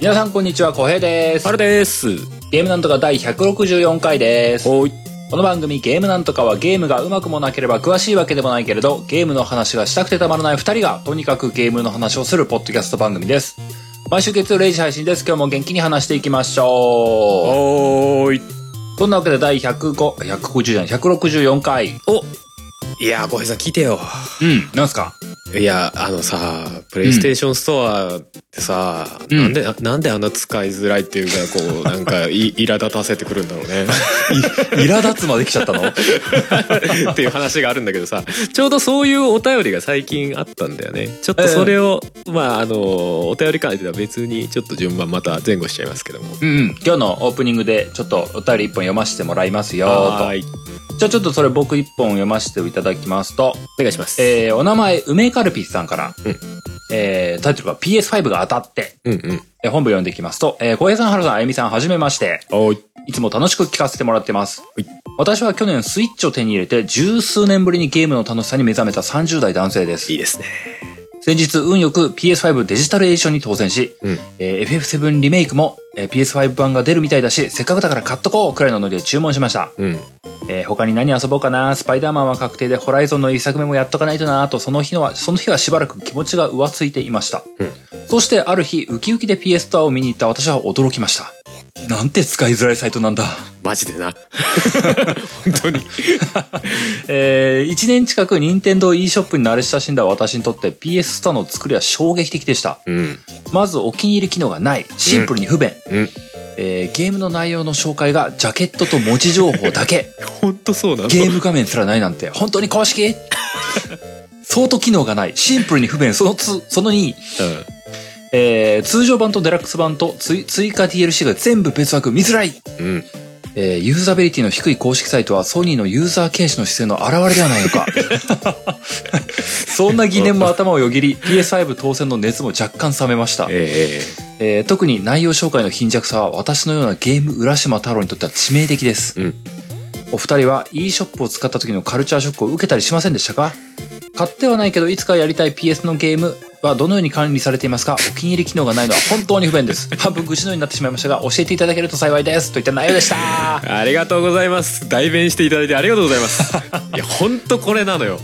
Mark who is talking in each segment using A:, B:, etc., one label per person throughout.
A: 皆さんこんにちは、こへいです
B: あ。れです。
A: ゲームなんとか第164回です。
B: おい。
A: この番組ゲームなんとかはゲームがうまくもなければ詳しいわけでもないけれど、ゲームの話がしたくてたまらない二人が、とにかくゲームの話をするポッドキャスト番組です。毎週月曜0時配信です。今日も元気に話していきましょ
B: おーい。
A: う。そんなわけで第105、150じゃない、164回。
B: おいやー、小平さん聞いてよ。
A: うん、なんす か
B: いや、あのさ、プレイステーションストアってさ、
A: うん
B: なんで、なんであんな使いづらいっていうか、 こう、なんか、い、苛立たせてくるんだろうね。
A: 苛立つまで来ちゃったの
B: っていう話があるんだけどさ、ちょうどそういうお便りが最近あったんだよね。ちょっとそれを、まあ、あの、お便り会では別に、ちょっと順番また前後しちゃいますけども。
A: うん、うん、今日のオープニングでちょっとお便り一本読ませてもらいますよ、と
B: は。ーい。
A: じゃあちょっとそれ僕一本読ませていただきますと、
B: お願いします。
A: えー、お名前、梅カルピスさんから、
B: うん
A: えー、タイトルが PS5 が当たって、
B: うんうん。
A: えー本部読んでいきますと、えー、小平さん、原さん、あゆみさん、はじめまして。
B: おい。
A: いつも楽しく聞かせてもらってます
B: い。
A: 私は去年スイッチを手に入れて十数年ぶりにゲームの楽しさに目覚めた30代男性です
B: いい。ですね。
A: 先日運よく PS5 デジタルエディションに当選し、
B: うん
A: えー FF7 リメイクも、えー PS5 版が出るみたいだし、せっかくだから買っとこうくらいのノリで注文しました。
B: うん。
A: えー他に何遊ぼうかなスパイダーマンは確定でホライゾンの一作目もやっとかないとなとその日のはその日はしばらく気持ちが浮ついていました、
B: うん
A: そしてある日ウキウキで PS ストアを見に行った私は驚きましたなんて使いづらいサイトなんだ。
B: マジでな。 本当に。
A: えー、1年近く任天堂 e ショップに慣れ親しんだ私にとって PS ストアの作りは衝撃的でした。
B: うん。
A: まずお気に入り機能がない。シンプルに不便。
B: うん。
A: えー、ゲームの内容の紹介がジャケットと文字情報だけ。
B: 本当そうなの
A: ゲーム画面すらないなんて、本当に公 式相当機能がない。シンプルに不便。そのつ、その2、えー、通常版とデラックス版と追追加 DLC が全部別枠見づらい。
B: うん。うん。
A: えー、ユーザビリティの低い公式サイトはソニーのユーザー軽視の姿勢の表れではないの か。そんな疑念も頭をよぎり、PS5 当選の熱も若干冷めました。
B: ええ
A: えー特に内容紹介の貧弱さは私のようなゲーム浦島太郎にとっては致命的です、
B: うん
A: お二人は e ショップを使った時のカルチャーショックを受けたりしませんでしたか買ってはないけどいつかやりたい PS のゲームはどのように管理されていますかお気に入り機能がないのは本当に不便です 半分愚痴のようになってしまいましたが教えていただけると幸いですといった内容でした
B: ありがとうございます。代弁していただいてありがとうございます。いや、本当これなのよ。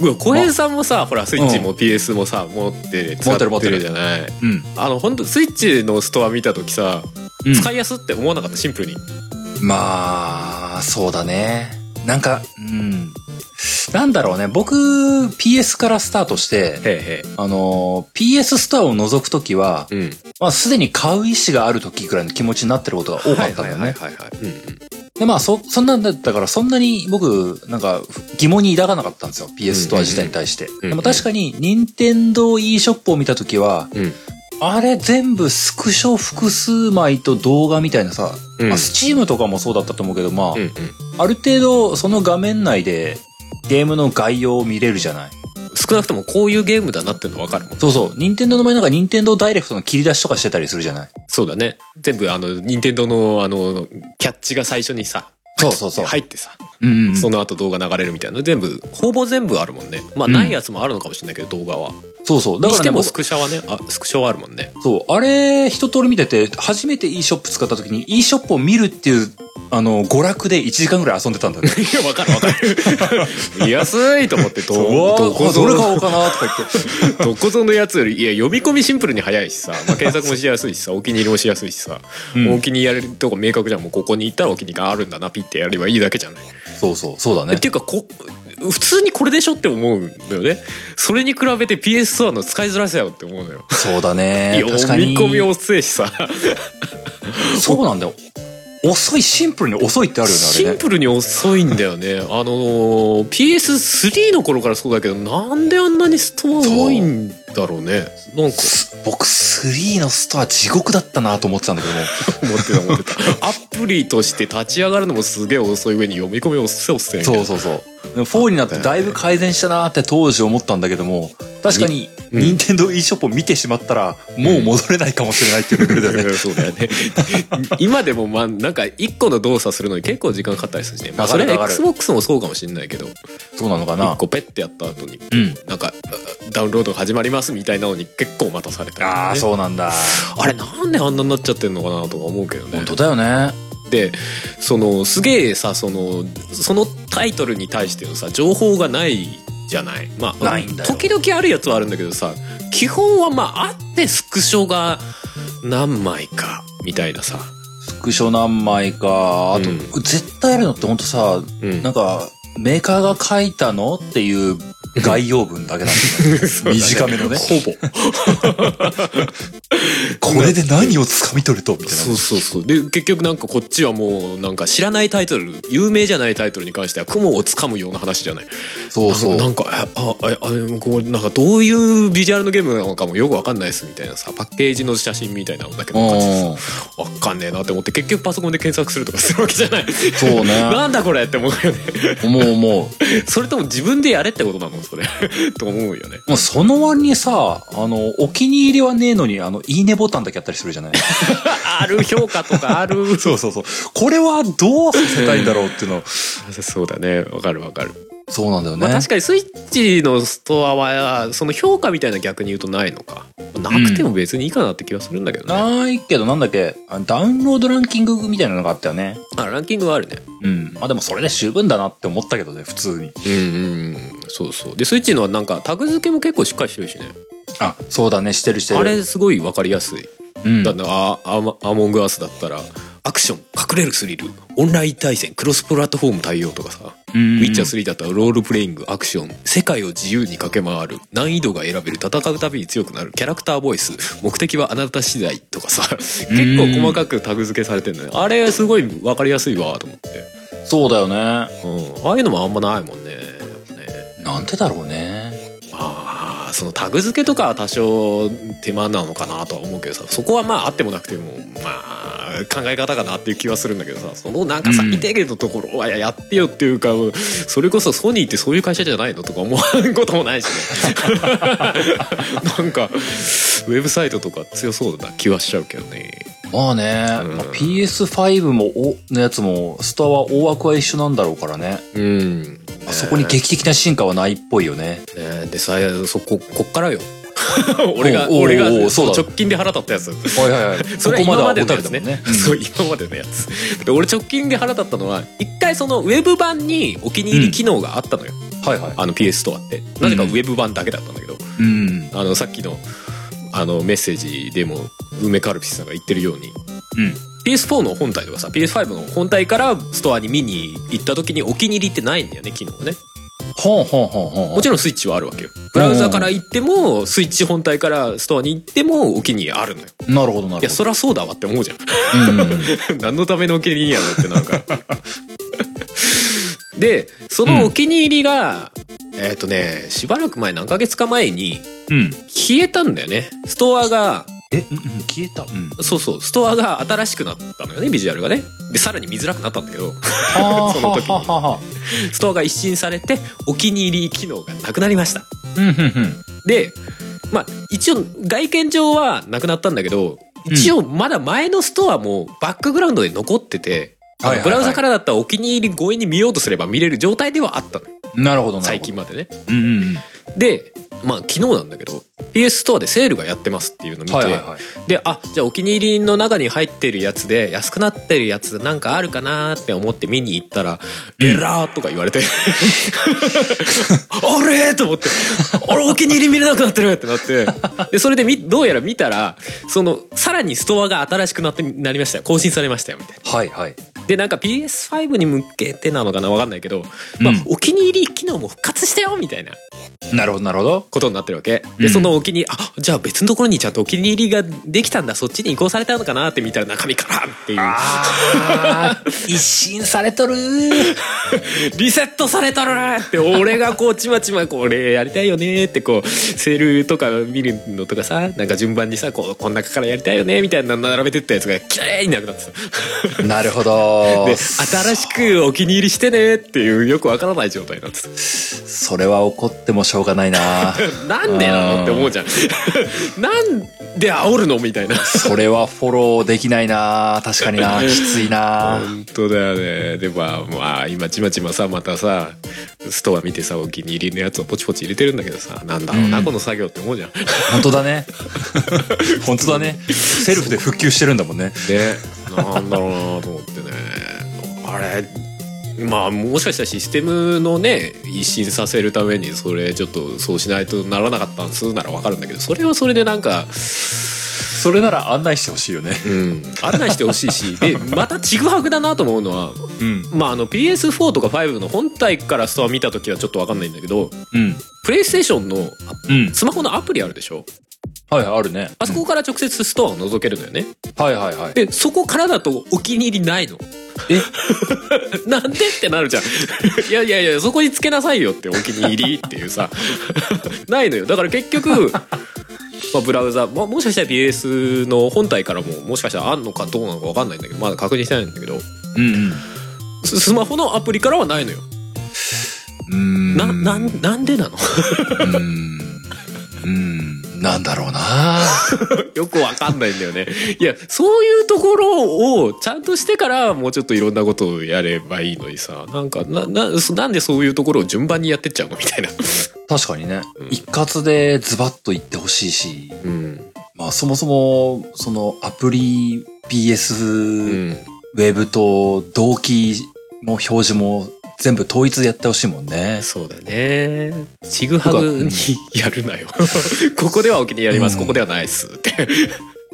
B: うわ小平さんもさ、ほら、スイッチも PS もさ、持って使
A: 持ってる持
B: っ
A: って
B: て
A: る
B: るじゃない。
A: うん、
B: あの、本当スイッチのストア見た時さ、
A: うん
B: 使いやすって思わなかった、シンプルに。
A: まあそうだねなんかうんなんだろうね僕 PS からスタートして
B: へ
A: あの PS ストアを除くときは、
B: えへえ。うん。
A: まあ、すでに買う意思がある時ぐらいの気持ちになってることが多かったんだよ
B: はい
A: ね。
B: はいはい。うんうん。
A: で、まあ、そ、そんなんだったから、そんなに僕、なんか、疑問に抱かなかったんですよ。PS ストア自体に対して。
B: うん
A: でも確かに、任天堂 e ショップを見た時は、
B: うん
A: あれ全部スクショ複数枚と動画みたいなさ、
B: うん
A: まあ、スチームとかもそうだったと思うけど、まあ、
B: うん
A: ある程度、その画面内で、ゲームの概要を見れるじゃない。
B: うん少なくともこういうゲームだなっていうの分かるもん
A: そうそう。任天堂の場合なんか、任天堂ダイレクトの切り出しとかしてたりするじゃない。
B: そうだね全部あの任天堂のあのキャッチが最初にさ
A: そうそうそう。
B: 入ってさ
A: うんうんうん、
B: その後動画流れるみたいな全部ほぼ全部あるもんねまあ
A: うん
B: ないやつもあるのかもしれないけど動画は
A: そうそう。だ
B: に
A: から、ね、
B: しても
A: 僕
B: スクショはねあスクショはあるもんね
A: そう、あれ、一通り見てて、初めて e ショップ使った時に e ショップを見るっていう、あの、娯楽で1時間ぐらい遊んでたんだね。
B: いや分かる分かる 見やすいと思ってど
A: わ
B: どこ
A: ー
B: ぞ
A: どれ買
B: の
A: おうかなとか言って。
B: どこぞのやつよりいや読み込みシンプルに早いしさ、まあ、検索もしやすいしさお気に入りもしやすいしさ、
A: うん
B: お気に入りやれるとこ明確じゃんもうここに行ったらお気に入りがあるんだなピッてやればいいだけじゃない
A: そうそう、そうだ
B: え
A: ね
B: っ。ていうかこ普通にこれでしょって思うんだよねそれに比べて PS ストアの使いづらさよって思うのよ
A: そうだね。確か
B: 読み
A: に。
B: 込み遅いしさ
A: そうなんだよ。遅い、シンプルに遅いってあるよね、あ
B: シ
A: れ
B: ン
A: ね。
B: プルに遅いんだよ ねあのー PS3 の頃からそうだけどなんであんなにストア多いんだろうねなんか
A: 僕、3のストア地獄だったなと思ってたんだけども。
B: 思ってた思って たアプリとして立ち上がるのもすげえ遅い上に読み込み遅い遅い
A: そうそうそう。でも4になってだいぶ改善したなって当時思ったんだけども、確かに、
B: うん
A: 任天堂 e ショップを見てしまったら、もう戻れないかもしれないっていうレベルだよね。
B: そうだよ ね今でもまあなんか一個の動作するのに結構時間かかったりするしね、まあ、
A: わ
B: そ
A: かる
B: れ
A: わかる
B: XBOX もそうかもしれないけど
A: そうなのかな
B: 一個ペッてやった後に
A: うん。
B: なんかダウンロードが始まりますますみたいなのに結構待たされたりとかね、
A: ああ、そうなんだ。
B: あれなんであんなになっちゃってんのかなとか思うけどね
A: 本当だよね。
B: でそのすげえさそのそのタイトルに対してのさ情報がないじゃないまあ
A: ないんだよ
B: 時々あるやつはあるんだけどさ基本はまああってスクショが何枚かみたいなさ、
A: スクショ何枚か、あと、
B: うん
A: 絶対あるのって本当さ、
B: うん
A: なんか、メーカーが書いたのっていう概要文だけなんだよね
B: そうだね
A: 短めのね
B: ほぼ
A: これで何を掴み取るとみたいな。
B: そうそうそうで結局なんかこっちはもうなんか知らないタイトル有名じゃないタイトルに関しては雲をつかむような話じゃない
A: そうそう。
B: なんかなんかああああれこうなんかどういうビジュアルのゲームなのかもよくわかんないですみたいなさパッケージの写真みたいなのだけど
A: うん
B: わかんねえなって思って結局パソコンで検索するとかするわけじゃない
A: そうね。
B: なんだこれって思うよね
A: 思う思
B: それとも自分でやれってことなのそれ と思うよね
A: う。もうその割にさ、あの、お気に入りはねえのに、あの、いいねボタンだけあったりするじゃない
B: ある評価とかあ る
A: そうそうそう。これはどうさせたいんだろうっていうの。
B: そうだねわかるわかる
A: そうなんだよね。
B: まあ確かにスイッチのストアはその評価みたいな逆に言うとないのかなくても別にいいかなって気がするんだけどね、
A: ないけど、なんだっけ、あダウンロードランキングみたいなのがあったよね。
B: あランキングはあるね
A: うん。まあでもそれで十分だなって思ったけどね、普通に。
B: うんうんそうそうでスイッチのはなんかタグ付けも結構しっかりしてるしね
A: あ、そうだね、してるしてる。
B: あれすごいわかりやすい、
A: うん
B: だ。ってあアマアモングアスだったらアクション隠れるスリルオンライン対戦クロスプラットフォーム対応とかさ、
A: うん
B: ウィッチャー3だったらロールプレイングアクション世界を自由に駆け回る難易度が選べる戦うたびに強くなるキャラクターボイス目的はあなた次第とかさ結構細かくタグ付けされてるのよあれすごい分かりやすいわと思って、
A: そうだよね。
B: うん、ああいうのもあんまないもんねやっぱね
A: なんてだろうね。
B: まあそのタグ付けとかは多少手間なのかなとは思うけどさそこはまああってもなくてもまあ考え方かなっていう気はするんだけどさそのなんか
A: うん
B: 最低限のところはややってよっていうかそれこそソニーってそういう会社じゃないのとか思わんこともないしね なんかウェブサイトとか強そうな気はしちゃうけどね
A: まあね、
B: うん
A: まあ PS5 もおのやつも、ストアは大枠は一緒なんだろうからね。
B: うん
A: あそこに劇的な進化はないっぽいよね。
B: ねでさそここ っからよ俺が
A: おうおう
B: 俺が
A: おうそうだ
B: 直近で腹立ったやつ
A: はいはい はい。
B: それは今までの
A: ここまではオタ
B: やつ
A: クだもんね
B: ね。 そう、今までのやつ。で、俺直近で腹立ったのは、一回そのウェブ版にお気に入り機能があったのよ。
A: うんはいはい。
B: あの PS ストアって。なぜかウェブ版だけだったんだけど、
A: うん。
B: あの、さっきの、あの、メッセージでも、梅カルピスさんが言ってるように、
A: うん。
B: PS4 の本体とかさ、PS5 の本体からストアに見に行った時にお気に入りってないんだよね、機能がね。
A: ほんほんほんほんほ
B: も
A: ん。
B: ちろんスイッチはあるわけよ。ブラウザから行っても、スイッチ本体からストアに行っても、お気に入りあるのよ。
A: なるほどない
B: や、
A: るほ
B: そりゃそうだわって思うじゃん。
A: ど。うん。
B: 何のためのお気に入りやのってなんか でそのお気に入りが、えっ、とねしばらく前何ヶ月か前に
A: うん。
B: 消えたんだよねストアが
A: え、うんうん、消えた。うん。
B: そうそうストアが新しくなったのよねビジュアルがねでさらに見づらくなったんだけど
A: はあ
B: その時に
A: はあはあはあ
B: ストアが一新されてお気に入り機能がなくなりました
A: うんうんうん。
B: でまあ一応外見上はなくなったんだけど一応まだ前のストアもバックグラウンドで残ってて、あの
A: はいはいはい
B: ブラウザからだったらお気に入り強引に見ようとすれば見れる状態ではあったの
A: なるほどなるほど。
B: 最近。までね
A: うんうんうん。
B: でまあ昨日なんだけど PS ストアでセールがやってますっていうの見て、
A: はいはいはい。
B: であじゃあお気に入りの中に入ってるやつで安くなってるやつなんかあるかなーって思って見に行ったら「えらー」とか言われて 「あれ?」と思って「俺お気に入り見れなくなってる!」ってなってでそれでみどうやら見たらそのさらにストアが新しくなってなりましたよ更新されましたよみたい
A: はいはい。
B: なでなんか PS5 に向けてなのかなわかんないけど、まあ
A: うん
B: お気に入り機能も復活したよみたいな
A: なるほどなるほど。
B: ことになってるわけ
A: う
B: で、
A: ん
B: そのお気にあじゃあ別のところにちゃんとお気に入りができたんだそっちに移行されたのかなって見たら中身からんっていう
A: あ ー一新されとる
B: リセットされたらって俺がこうちまちまこれやりたいよねってこうセールとか見るのとかさなんか順番にさこうこん中からやりたいよねみたいなの並べてったやつがきれいになくなってた
A: なるほど
B: で新しくお気に入りしてねっていうよくわからない状態になってた
A: それは怒ってもししょうがないな
B: なんでなのって思うじ ゃんなんで煽るのみたいな
A: それはフォローできないな確かになきついな
B: 本当だよねでもまあまあ今ちまちまさまたさストア見てさお気に入りのやつをポチポチ入れてるんだけどさなんだろうな、
A: うん
B: この作業って思うじゃんね
A: 本当だね 本当だねセルフで復旧してるんだもんね
B: なんだろうなと思ってねあれまあもしかしたらシステムのね一新させるためにそれちょっとそうしないとならなかったんすならわかるんだけどそれはそれでなんか
A: それなら案内してほしいよね
B: うん案内してほしい しでまたちぐはぐだなと思うのは
A: うん
B: まあ、あの PS4 とか5の本体からストア見た時はちょっと分かんないんだけど
A: うん
B: プレイステーションの
A: うん
B: スマホのアプリあるでしょ
A: はいあるね
B: あそこから直接ストアを覗けるのよね
A: はいはいはい
B: でそこからだとお気に入りないの
A: え
B: なんでってなるじゃんいやいやいやそこにつけなさいよってお気に入りっていうさないのよだから結局まあブラウザ、まあ、もしかしたら PS の本体からももしかしたらあんのかどうなのか分かんないんだけどまだ確認してないんだけど
A: うんうん
B: ススマホのアプリからはないのよ
A: うーん
B: ななんなんでなの
A: うーんうーんなんだろうな
B: よくわかんないんだよね。いや、そういうところをちゃんとしてからもうちょっといろんなことをやればいいのにさ、なんか、な、な、そなんでそういうところを順番にやってっちゃうのみたいな。
A: 確かにね、
B: うん
A: 一括でズバッと言ってほしいし
B: うん。
A: まあそもそもそのアプリ PS、
B: うん。
A: ウェブと同期も表示も全部統一でやってほしいもんね。
B: そうだね。ちぐはぐにやる なよ。ここではお気に入りやります。
A: うん
B: ここではないっす。って。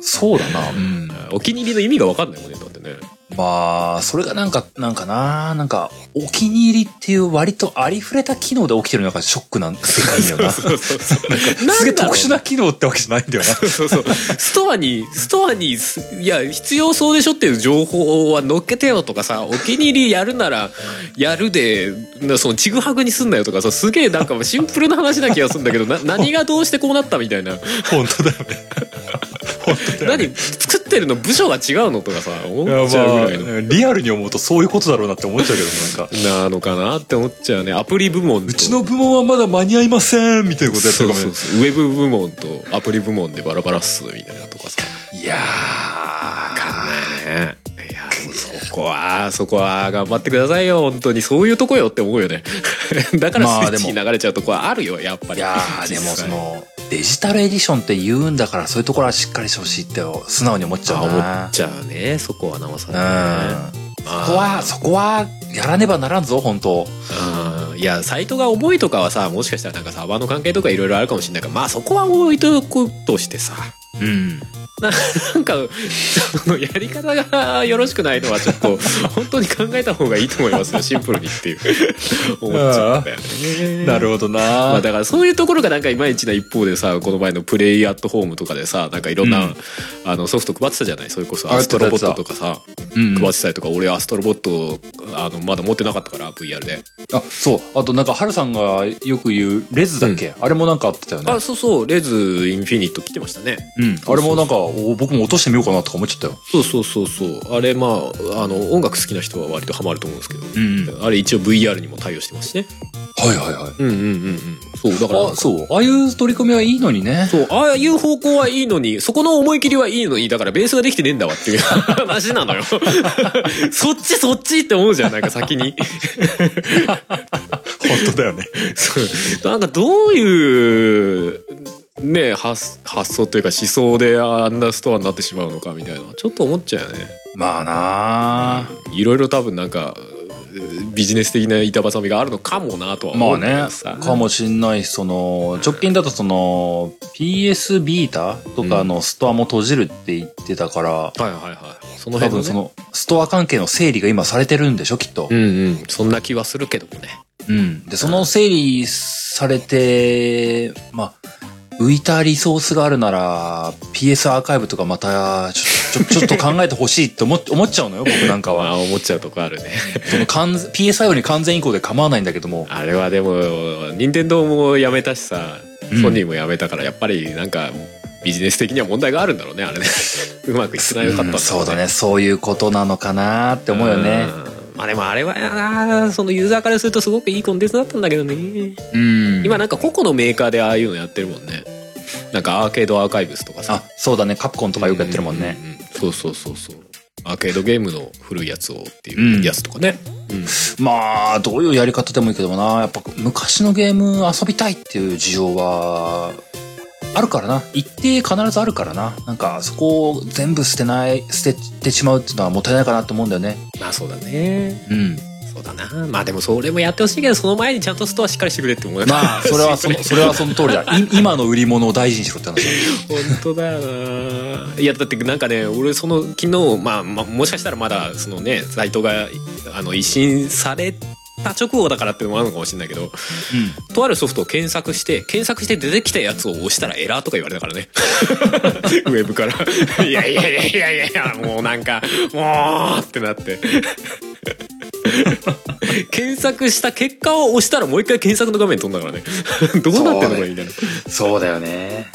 A: そうだな。うん。
B: お気に入りの意味がわかんないもんね、だってね。
A: まあ、それがなんか、なんかな、なんか、お気に入りっていう割とありふれた機能で起きてるのがショックなん世界だよな。
B: そうそうそう。なんか
A: すげえ特殊な機能ってわけじゃないんだよな。
B: そうそうそうストアにストアにすいや必要そうでしょっていう情報は載っけてよとかさお気に入りやるならやるでなそのちぐはぐにすんなよとかさすげえなんかシンプルな話な気がするんだけどな何がどうしてこうなったみたいな
A: 本当だよね。本当よね。
B: 何作ってるの部署が違うのとかさ思
A: いや
B: っちゃうぐらいの。
A: まあリアルに思うとそういうことだろうなって思っちゃうけどね、なんか。
B: なのかなって思っちゃうねアプリ部門と
A: うちの部門はまだ間に合いませんみたいなことやって
B: そ
A: る
B: う
A: かもね
B: そうそうウェブ部門とアプリ部門でバラバラっすみたいなとかさ
A: いやー。
B: かんないね。いや、そこは、そこは頑張ってくださいよ、本当に。そういうとこよって思うよね。だから
A: まあ
B: スイッチに
A: で
B: 流れちゃうとこはあるよ、やっぱり。
A: いやーでもそのデジタルエディションって言うんだからそういうところはしっかりしてほしいって素直に思っち
B: 実
A: ゃう
B: 際、あ思
A: な
B: っちゃうね、そこはなおさ
A: うん
B: らね。
A: そこはそこはやらねばならんぞ本当
B: うんいや、サイトが重いとかはさ、もしかしたらなんかサーバーの関係とかいろいろあるかもしれないから、まあそこは置いとくとしてさ、
A: うん
B: なんか、そのやり方がよろしくないのはちょっと、本当に考えた方がいいと思いますよ、シンプルにっていう。思っちゃうんだよね。
A: なるほどな、
B: まあ、だからそういうところがなんかいまいちな一方でさこの前のプレイアットホームとかでさなんかいろんな、
A: うん
B: あのソフト配ってたじゃないそれこそ
A: あ
B: アストロボットとかさ
A: うん
B: 配ってたりとか俺アストロボットあのまだ持ってなかったから VR で、
A: あそうあとなんかハルさんがよく言うレズだっけ、あれもなんかあってたよね
B: あそうそうレズインフィニット来てましたね
A: うんあれもなんかお僕も落としてみようかなとか思っちゃったよ
B: そうそうそうそうあれまああの音楽好きな人は割とハマると思うんですけど、
A: ん
B: あれ一応 VR にも対応してますしね
A: はいはいはい
B: うんうんうんうんそうだから
A: あそうああいう取り組みはいいのにね
B: そう、ああいう方向はいいのに、そこの思い切りはいいのに、だからベースができてねえんだわっていう 話なの よ。そっちそっちって思うじゃん、なんか先 に。
A: 本当だよね
B: そうなんかどういう、ねえ発、発想というか思想であんなストアになってしまうのかみたいな。ちょっと思っちゃうよね。
A: まあなあ
B: いろいろ多分なんか、ビジネス的な板挟みがあるのかもなとは
A: ま
B: 思
A: あ
B: うんだけ
A: ね
B: どさ。、
A: かもしんないし、その、直近だとその、PS ビータとかのストアも閉じるって言ってたから、
B: はいはいはい。その
A: 多
B: 辺
A: 分
B: の、ね、
A: その、ストア関係の整理が今されてるんでしょ、きっと
B: う。んうん。そんな気はするけどもね。
A: うん。で、その整理されて、まあ、浮いたリソースがあるなら、PS アーカイブとかまた、ち ょ、ちょ、ちょっと考えてほしいって思っ思っちゃうのよ、僕なんか
B: ま
A: は。
B: あ思っちゃうとこあるね。
A: その完、PSIO に完全移行で構わないんだけども、
B: あれはでも任天堂も辞めたしさ
A: うん
B: ソニーも辞めたからやっぱりなんかビジネス的には問題があるん だろうねあれねうまくいってなよかったん
A: うんそうだね、そういうことなのかなって思うよね。
B: うんまあでもあれはあーそのユーザーからするとすごくいいコンテンツだったんだけどね
A: うん。
B: 今なんか個々のメーカーでああいうのやってるもんねなんかアーケードアーカイブスとかさ
A: あ、そうだね。カプコンとかよくやってるもんね。
B: うんうんうんそうそうそうそうアーケードゲームの古いやつをっていうやつとかね、うん
A: まあ、どういうやり方でもいいけどもな。やっぱ昔のゲーム遊びたいっていう需要は、あるからな。一定必ずあるからな。なんか、そこを全部捨てない、捨ててしまうっていうのはもったいないかなと思うんだよね。
B: まあそうだね
A: うん。
B: そうだなまあでもそれもやってほしいけどその前にちゃんとストアしっかりしてくれって思うよな
A: まあ、それはそ の、それはその通りだ。い今の売り物を大事にしろって話だね。
B: 本当だよないやだってなんかね俺その昨日、まあ、まあもしかしたらまだそのねサイトがあの一新された直後だからっていうのもあるのかもしれないけどとあるソフトを検索して検索して出てきたやつを押したらエラーとか言われ たからねウェブからいやいやいやいやいやいやもうなんかもうってなって検索した結果を押したらもう一回検索の画面飛んだからねどうなってんのこれみた
A: う
B: いな
A: ん。そうだよね。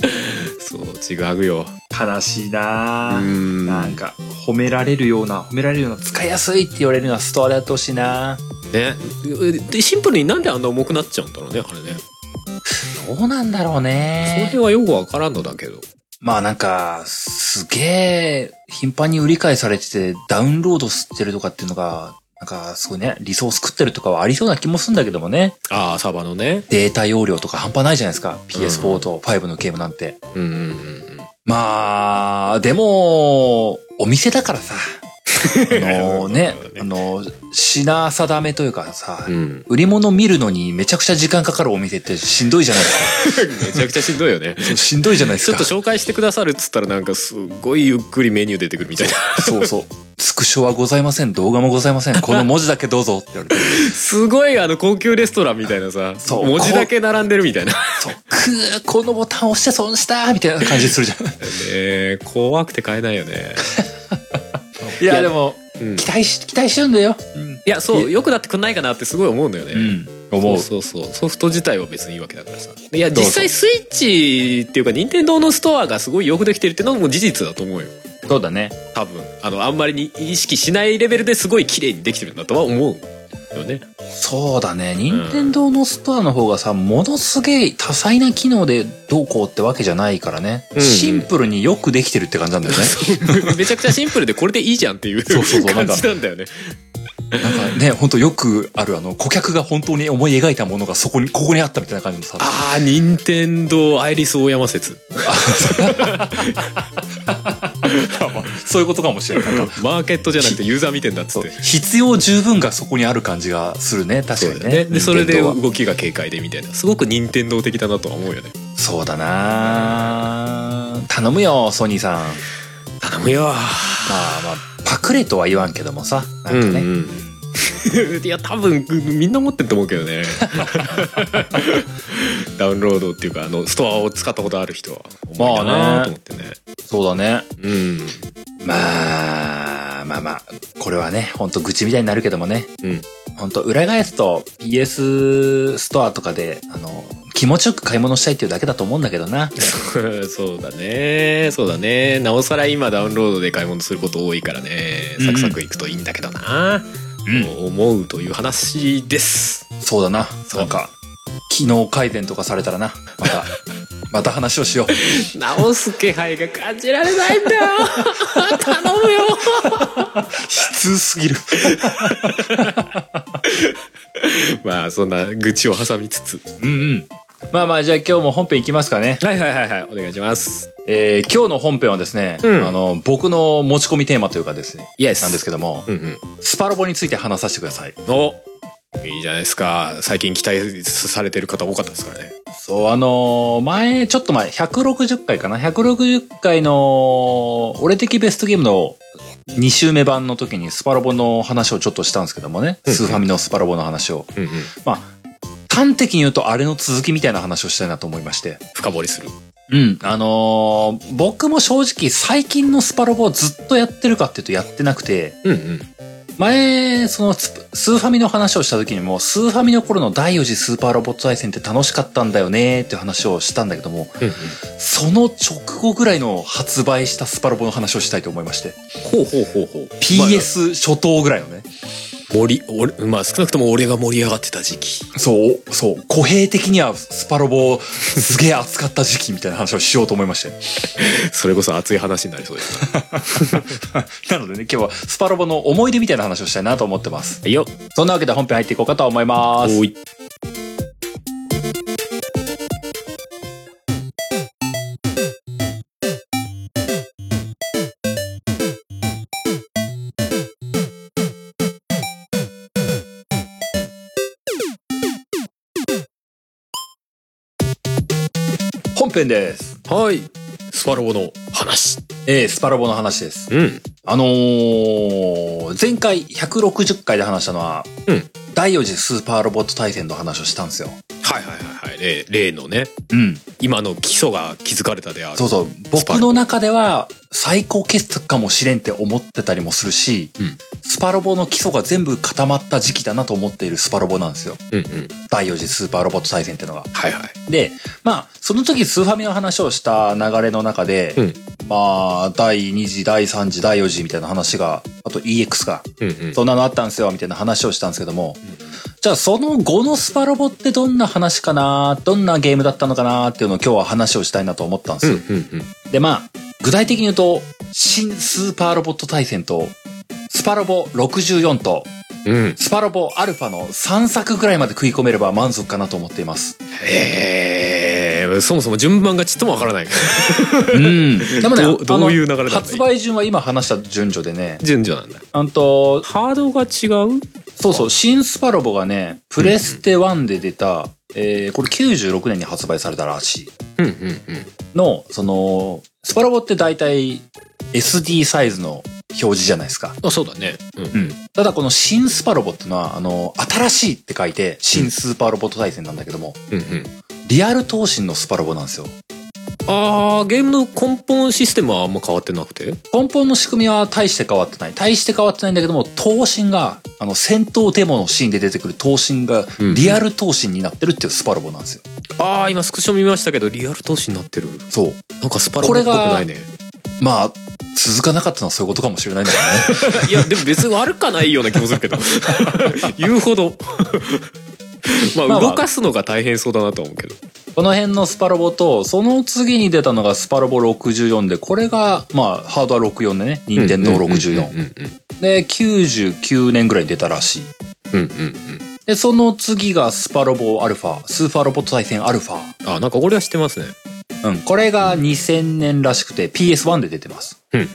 B: そう違うよ
A: 悲しいうな
B: ーん
A: なんか、褒められるような、褒められるような、使いやすいって言われるようなストアでやってほしいな
B: ねでシンプルになんであんな重くなっちゃうんだろうねあれね
A: どうなんだろうね
B: それはよくわからんのだけど
A: まあなんか、すげえ、頻繁に売り買いされてて、ダウンロードしてるとかっていうのが、なんか、すごいね、リソース食ってるとかはありそうな気もするんだけどもね。
B: ああサーバーのね
A: データ容量とか半端ないじゃないですか。PS4 と5のゲームなんて。
B: うんうんうん
A: まあ、でも、お店だからさ。あの ね
B: そうだ、ね
A: あの、品定めというかさ、
B: うんうん
A: 売り物見るのにめちゃくちゃ時間かかるお店ってしんどいじゃないです
B: めちゃくちゃしんどいよね
A: か。 しんどいじゃないで
B: ち
A: す
B: ょっ
A: か
B: と。紹介してくださるっつったらなんかすごいゆっくりメニュー出てくるみたいな
A: そうそう。スクショはございません。動画もございませ ん。この文字だけどうぞって言われて。
B: すごいあの高級レストランみたいなさ
A: そう
B: 文字だけ並んでるみたいなね
A: そう。くー、このボタン押して損したみたいな感じするじゃん。
B: え怖くて買えないよね、
A: いや、でも、
B: うん、い
A: 期待し、期待しちゃうんだよ。
B: やそうよくなってくんないかなってすごい思うんだよね、
A: ん。思う。
B: そうそうそうソフト自体は別にいいわけだからさいや実際スイッチっていうか任天堂のストアがすごいよくできてるってのも事実だと思うよ
A: そうだね。
B: 多分あのあんまりに意識しないレベルですごい綺麗にできてるんだとは思う よね
A: そうだね。任天堂のストアの方がさ、ものすげえ多彩な機能でどうこうってわけじゃないからね。
B: うん
A: シンプルによくできてるって感じなんだよね。
B: めちゃくちゃシンプルでこれでいいじゃんっていう
A: そうそうそう
B: 感じなんだよね
A: なんかね、ほんとよくあるあの、顧客が本当に思い描いたものがそこに、ここにあったみたいな感じのさ。
B: ああ任天堂アイリスオーヤマ説
A: そういうことかもしれない。なんか
B: マーケットじゃなくてユーザー見てんだっつ
A: そ
B: っ
A: う
B: て
A: 必要十分がそこにある感じがするね。確かに
B: だよ
A: ね。
B: でそれで
A: 任天堂は
B: 動きが軽快でみたいなすごく任天堂的だなとは思うよね
A: そうだな頼むよ、ソニーさん。
B: 頼むよ
A: まあまあ、パクレとは言わんけどもさ。なんかね。
B: うんうん いや多分みんな持ってると思うけどね ダウンロードっていうかあのストアを使ったことある人は重い
A: まあ
B: か
A: ね
B: なと思ってね,、
A: そうだね。
B: うん
A: まあ、まあまあ、これはね、ほんと愚痴みたいになるけどもね。
B: うん
A: ほんと、裏返すと PS ストアとかで、あの、気持ちよく買い物したいっていうだけだと思うんだけどな。
B: そうだねそうだねなおさら今ダウンロードで買い物すること多いからねサクサクいくといいんだけどな、
A: うん
B: と思うという話です
A: そうだな。
B: そう
A: なんか、機能改善とかされたらな。また、また話をしよう。
B: 直す気配が感じられないん だよ頼むよ
A: 通すぎる。
B: まあそんな愚痴を挟みつつ
A: うんうん。まあまあ、じゃあ今日も本編いきますかね。
B: はいはいはいはいお願いします
A: えー今日の本編はですね、
B: うん
A: あの、僕の持ち込みテーマというかですね、
B: イエス
A: なんですけども、
B: うんうん
A: スパロボについて話させてください。
B: おいいじゃないですか最近期待されてる方多かったですからね
A: そう、あのー前、ちょっと前、160回かな ?160 回の、俺的ベストゲームの2周目版の時にスパロボの話をちょっとしたんですけどもね、
B: うん
A: スーファミのスパロボの話を。
B: うんうん
A: まあ、端的に言うとあれの続きみたいな話をしたいなと思いまして。
B: 深掘りする
A: うん、あのー僕も正直最近のスパロボをずっとやってるかっていうとやってなくて、
B: うんうん
A: 前、そのスプ、スーファミの話をした時にも、スーファミの頃の第4次スーパーロボット対戦って楽しかったんだよねっていう話をしたんだけども、
B: うんうん
A: その直後ぐらいの発売したスパロボの話をしたいと思いまして、
B: ほうほうほうほう
A: PS 初頭ぐらいのね。
B: 盛り俺まあ少なくとも俺が盛り上がってた時期
A: そう、そう、公平的にはスパロボをすげえ扱った時期みたいな話をしようと思いまして。
B: それこそ熱い話になりそうです
A: なのでね、今日はスパロボの思い出みたいな話をしたいなと思ってます。
B: はいよ
A: そんなわけで本編入っていこうかと思いま
B: お
A: す。
B: い
A: 本編です。
B: はいスパロボの話
A: えー、スパロボの話です。
B: うん
A: あのー、前回160回で話したのは、
B: うん
A: 第4次スーパーロボット対戦の話をしたんですよ。
B: はいはいはいはい例例のね
A: うん。
B: 今の基礎が築かれたである
A: そうそう。
B: ス
A: 僕
B: パロボ
A: の中では最高傑作かもしれんって思ってたりもするし、
B: うん
A: スパロボの基礎が全部固まった時期だなと思っているスパロボなんですよ。
B: うんうん
A: 第4次スーパーロボット対戦ってのが。
B: はいはい
A: で、まあ、その時スーファミの話をした流れの中で、
B: うん
A: まあ、第2次、第3次、第4次みたいな話が、あと EX が、
B: うんうん
A: そんなのあったんですよ、みたいな話をしたんですけども、
B: ん
A: じゃあその後のスパロボってどんな話かな、どんなゲームだったのかなっていうのを今日は話をしたいなと思ったんです
B: うん
A: よ。
B: うんうん
A: で、まあ、具体的に言うと、新スーパーロボット対戦と、スパロボ64と、
B: うん
A: スパロボアルファの3作ぐらいまで食い込めれば満足かなと思っています。
B: えー、そもそも順番がちっともわからない
A: うん。でもね、
B: どう
A: あの
B: どういう流れなんだ
A: 発売順は今話した順序でね、
B: 順序なんだ
A: あんと、
B: ハードが違う
A: そうそう、新スパロボがね、プレステ1で出た、えー、これ96年に発売されたらしい。
B: うんうんうん
A: の、その、スパロボって大体 SD サイズの表示じゃないですか。
B: あそうだねうん
A: うん。ただこの新スパロボってのは、あの、新しいって書いて、新スーパーロボット対戦なんだけども、
B: うんうん
A: リアル闘神のスパロボなんですよ。
B: あーゲームの根本システムはあんま変わってなくて
A: 根本の仕組みは大して変わってない。大して変わってないんだけども、闘神が、あの、戦闘デモのシーンで出てくる闘神が
B: うんう、ん
A: リアル闘神になってるっていうスパロボなんですよ。
B: ああ今スクショ見ましたけどリアル投資になってる
A: そう。
B: なんかスパロボっぽくないね
A: まあ、続かなかったのはそういうことかもしれないんだけどね。
B: いやでも別に悪かないような気もするけ ど言うほど
A: ま
B: ま
A: あ
B: あ
A: まあ
B: 動かすのが大変そうだなとは思うけど
A: この辺のスパロボと、その次に出たのがスパロボ64で、これが、まあ、ハードは64でね、任天堂
B: う
A: 64。
B: ん
A: で、99年ぐらいに出たらしい。
B: うんうんうんうん
A: で、その次がスパロボアルファ、スーパーロボット対戦アルファ。
B: うんあなんか俺は知ってますね
A: うん、これが2000年らしくて PS1 で出てます。
B: うんうん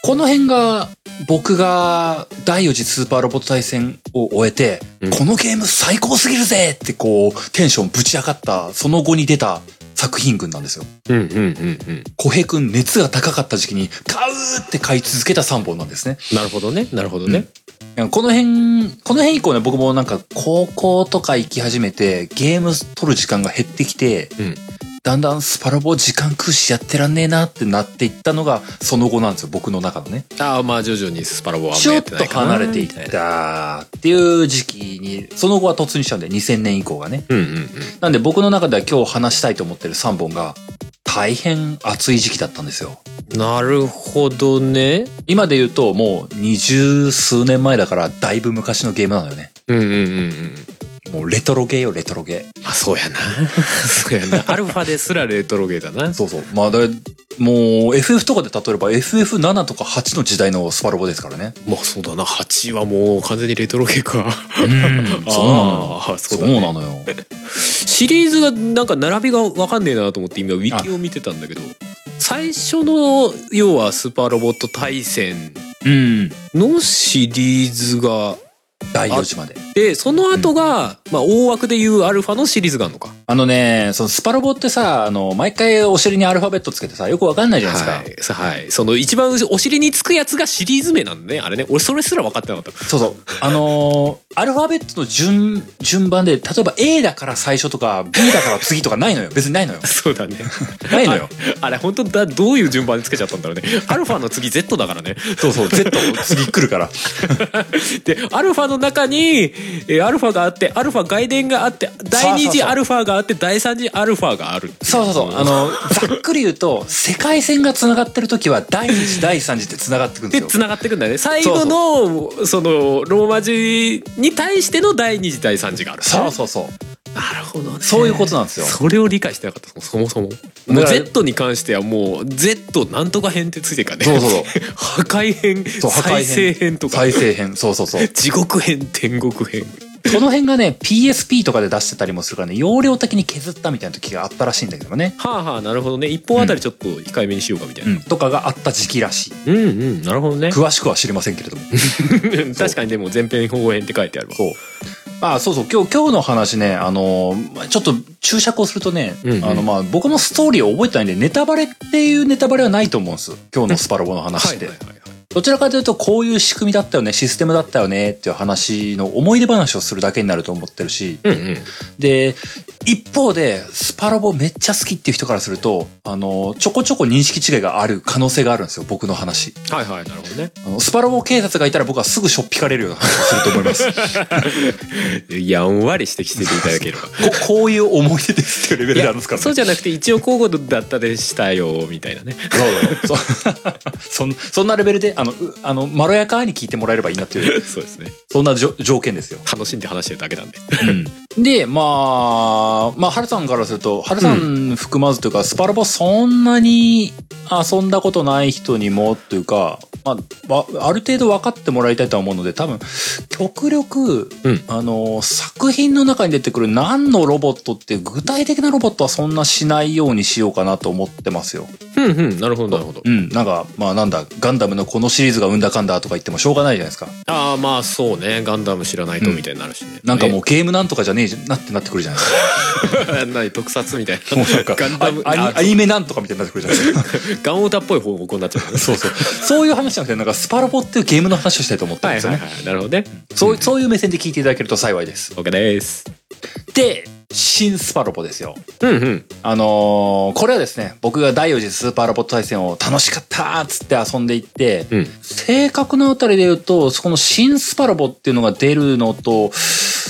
A: この辺が、僕が第4次スーパーロボット対戦を終えて、
B: うん
A: このゲーム最高すぎるぜってこう、テンションぶち上がった、その後に出た作品群なんですよ。
B: うんうんうんうん
A: 小平くん熱が高かった時期に、買うって買い続けた3本なんですね。
B: なるほどねなるほどね、
A: この辺、この辺以降ね、僕もなんか高校とか行き始めて、ゲーム取る時間が減ってきて、
B: うん
A: だんだんスパロボ時間空しやってらんねえなってなっていったのが、その後なんですよ、僕の中のね。
B: ああまあ徐々にスパロボはあん
A: ち
B: ま
A: ょ
B: や
A: って
B: な
A: と
B: いかな
A: 離れていっ
B: みたいな
A: たっていう時期に、その後は突入したんで、2000年以降がね。
B: うんうんうん
A: なんで僕の中では今日話したいと思ってる3本が、大変熱い時期だったんですよ。
B: なるほどね。
A: 今で言うともう二十数年前だからだいぶ昔のゲームなのよね。
B: うんうんうんうん。
A: もうレトロゲーよ、レトロゲー。
B: まあそう やな。そうやな。アルファですらレトロゲーだ な。
A: そうそう。まあだ、もう FF とかで例えば FF7 とか8の時代のスパロボですからね。
B: まあそうだな。8はもう完全にレトロゲーか。
A: うん そうなのよ。
B: あ あ、
A: そ
B: そ
A: う
B: うだ、
A: な
B: ね。
A: の よ。
B: シリーズがなんか並びがわかんねえなと思って今ウィキを見てたんだけど、最初の要はスーパーロボット対戦
A: うん。
B: のシリーズがあっ
A: 第4次まで。
B: て、その後が、まあ大枠でいうアルファのシリーズがあるのか。
A: あのね、そのスパロボってさ、あの、毎回お尻にアルファベットつけてさ、よくわかんないじゃないですか。
B: はいさはい。その一番お尻につくやつがシリーズ名なんだね。あれね。俺それすら分かってなかった。
A: そうそう。あのーアルファベットの順、順番で、例えば A だから最初とか、B だから次とかないのよ。別にないのよ。
B: そうだね。
A: ないのよ。
B: ああれ本当だどういう順番でつけちゃったんだろうね。アルファの次 Z だからね。
A: そうそう、Z 次来るから。
B: でアルファの中にえアルファがあってアルファ外伝があって第二次アルファがあって第三次アルファがある
A: そうそうそう。あの、ざっくり言うと、世界線が繋がってる時は、第二次、第三次って繋がってくるんです
B: で
A: よ。
B: 繋がってくんだよね最後のそのローマ字に対しての第二次第三次がある
A: そうそうそう。
B: なるほどね
A: そういうことなんですよ
B: それを理解してなかったそもそも
A: ら
B: もう Z に関してはもう Z なんとか編ってついてるからね
A: そうそうそう
B: 破壊編
A: そう破壊編
B: 再生編とか
A: 再生編。そうそうそう。
B: 地獄編天国編
A: この辺がね、PSP とかで出してたりもするからね、容量的に削ったみたいな時があったらしいんだけどもね。
B: はあはあなるほどね一本あたりちょっと控えめにしようかみたいな、
A: うん。とかがあった時期らしい。
B: うん、うんなるほどね
A: 詳しくは知りませんけれども。
B: 確かにでも前編後編って書いてあるわ
A: そう。まあそうそう、今日、今日の話ね、あの、まあちょっと注釈をするとね、
B: うんうん
A: あのまあ僕もストーリーを覚えてないんで、ネタバレっていうネタバレはないと思うんです。今日のスパロボの話って。
B: はいはい
A: どちらかというと、こういう仕組みだったよね、システムだったよね、っていう話の思い出話をするだけになると思ってるし、
B: うんうん
A: で、一方で、スパロボめっちゃ好きっていう人からすると、あの、ちょこちょこ認識違いがある可能性があるんですよ、僕の話。
B: はいはいなるほどね
A: あのスパロボ警察がいたら僕はすぐしょっぴかれるような 話をすると思います。
B: やんわり指摘していただければ
A: ここういう思い出ですっていうレベル で
B: い
A: あ
B: や
A: るんですからね。
B: そうじゃなくて一応交互だったでしたよみたいなね
A: そうそうそんそんなレベルで、あの、うあの、まろやかに聞いてもらえればいいなっていう、
B: そうですね
A: そんなじょ条件ですよ。
B: 楽しんで話してるだけなんで
A: で、まあ、まあ、ハルさんからすると、ハルさん含まずというか、スパロボそんなに遊んだことない人にもというか、まあ、わある程度分かってもらいたいとは思うので、多分、極力、
B: うん
A: あの、作品の中に出てくる何のロボットっていう具体的なロボットはそんなしないようにしようかなと思ってますよ。
B: うんうんなるほどなるほど
A: うん、なんか、まあなんだ、ガンダムのこのシリーズが生んだかんだとか言ってもしょうがないじゃないですか。
B: ああまあそうねガンダム知らないとみたいになるしね、
A: なんかもうゲームなんとかじゃねえじゃなってなってくるじゃないですか。
B: う何特撮みた いな
A: もうなんか、
B: ガンダム
A: あアニ
B: あ
A: アニメなんとかみたいになってくるじゃないですか。
B: ガンオタっぽい方向になっちゃう、ね、
A: そうそう。そういう話じゃなくて、なんかスパロボっていうゲームの話をしたいと思ったん
B: は
A: で
B: い
A: すよ
B: はい
A: ね。
B: はいなるほどね
A: そうそういう目線で聞いていただけると幸いです。
B: OK です
A: で、新スパロボですよ。
B: うんうん
A: あのーこれはですね、僕が第4次スーパーロボット対戦を楽しかったーっつって遊んでいって、
B: うん
A: 正確なあたりで言うと、そこの新スパロボっていうのが出るのと、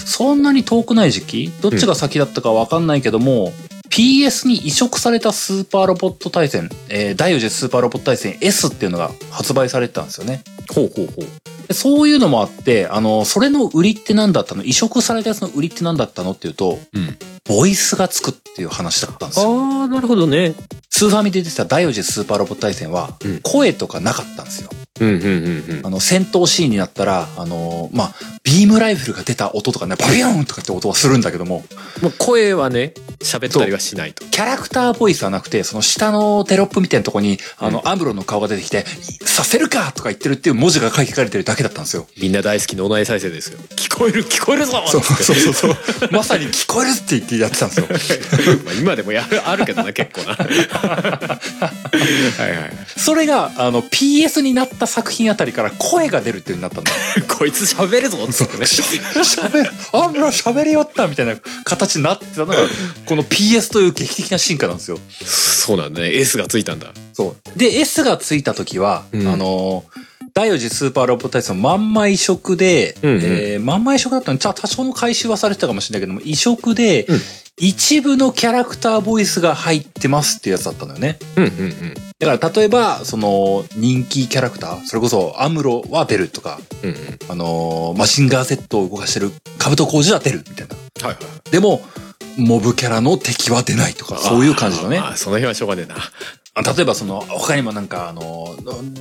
A: そんなに遠くない時期どっちが先だったかわかんないけども、PS に移植されたスーパーロボット対戦、えー第4次スーパーロボット対戦 S っていうのが発売されてたんですよね。
B: ほうほうほう
A: でそういうのもあって、あの、それの売りって何だったの移植されたやつの売りって何だったのっていうと、
B: うん
A: ボイスがつくっていう話だったんですよ。
B: ああなるほどね
A: スーファミで出てた第4次スーパーロボット対戦は
B: うん、
A: 声とかなかったんですよ。
B: うんうんうんうん
A: あの、戦闘シーンになったら、あのーまあ、ビームライフルが出た音とかね、バビューンとかって音はするんだけども、
B: まあ、声はね喋ったりはしないと
A: キャラクターボイスはなくて、その下のテロップみたいなとこに、あの、アムロの顔が出てきて、させるかとか言ってるっていう文字が書き換えれてるだけだったんですよ。
B: みんな大好き脳内再生ですよ聞こえる聞こえるぞ
A: そう
B: つっ
A: そうそうそう。 まさに聞こえるって言ってやってたんですよ。
B: て まあ今でもやるあるけどな結構 なはいはい
A: それが、あの、PS になった作品あたりから声が出るっていうように なったんだよ。
B: こいつ喋るぞっつってね
A: 喋る、アムロ喋りよったみたいな形になって たのが、この PS という劇的な進化なんですよ。
B: そうなんだね S がついたんだ
A: そう。で、S がついた時は、
B: うん
A: あのー、第4次スーパーロボット対戦のまんま移植で、
B: うんうん
A: えーまんま移植だったのに、ちゃ多少の回収はされてたかもしれないけども、移植で、
B: うん
A: 一部のキャラクターボイスが入ってますっていうやつだったのよね。
B: うんうんうん
A: だから例えば、その人気キャラクター、それこそアムロは出るとか、
B: うんうん
A: あのーマシンガー Z を動かしてるカブト工事は出るみたいな。
B: はいはい
A: でも、モブキャラの敵は出ないとか、そういう感じのね。
B: あーその辺はしょうがねえな
A: 例えばその、他にもなんか、あの、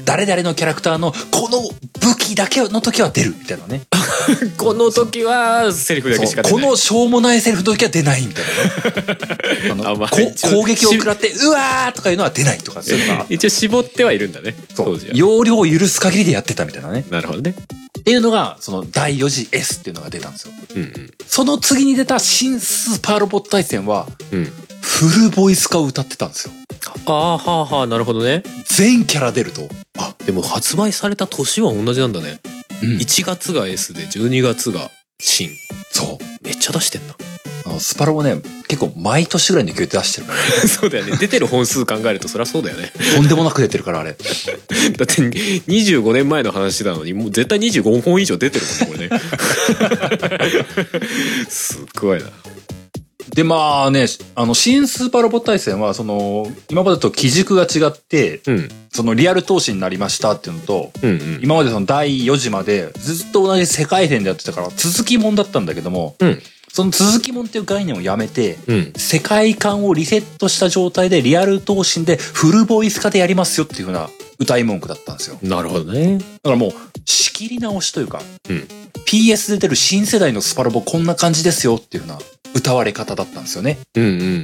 A: 誰々のキャラクターの、この武器だけの時は出る、みたいなね。
B: この時はセリフだけしか出
A: こ
B: ない
A: のしょうもないセリフの時は出ない、みたい なね。あ
B: あ
A: の
B: まあ
A: こ
B: 一応
A: 攻撃を食らって、うわーとかいうのは出ないとか、そういうのがあっ
B: 一応絞ってはいるんだね
A: そ
B: 当
A: う
B: 時。は
A: 容量を許す限りでやってたみたいなね。
B: なるほどね
A: っていうのが、その第4次 S っていうのが出たんですよ。
B: うんうん
A: その次に出た新スーパーロボット対戦は、
B: うん
A: フルボイス化を歌ってたんですよ。
B: ああはあはあなるほどね
A: 全キャラ出ると。
B: あでも発売された年は同じなんだね
A: うん
B: 1月が S で12月が新
A: そう。
B: めっちゃ出してんな
A: あのスパロボね、結構毎年ぐらいの勢いで出してるからね。
B: そうだよね出てる本数考えるとそりゃそうだよね
A: とんでもなく出てるから、あれ。
B: だって25年前の話なのにもう絶対25本以上出てるもんねこれね すっごいな
A: で、まあね、あの、新スーパーロボット対戦は、その、今までと基軸が違って、
B: うん
A: そのリアル投資になりましたっていうのと、
B: うんうん
A: 今までその第4次までずっと同じ世界編でやってたから続きもんだったんだけども、
B: うん
A: その続きもんっていう概念をやめて、
B: うん
A: 世界観をリセットした状態でリアル闘神でフルボイス化でやりますよっていうふうな歌い文句だったんですよ。
B: なるほどね
A: だからもう仕切り直しというか、
B: うん
A: PS で出る新世代のスパロボこんな感じですよっていうふうな歌われ方だったんですよね。
B: うんうんうんうんも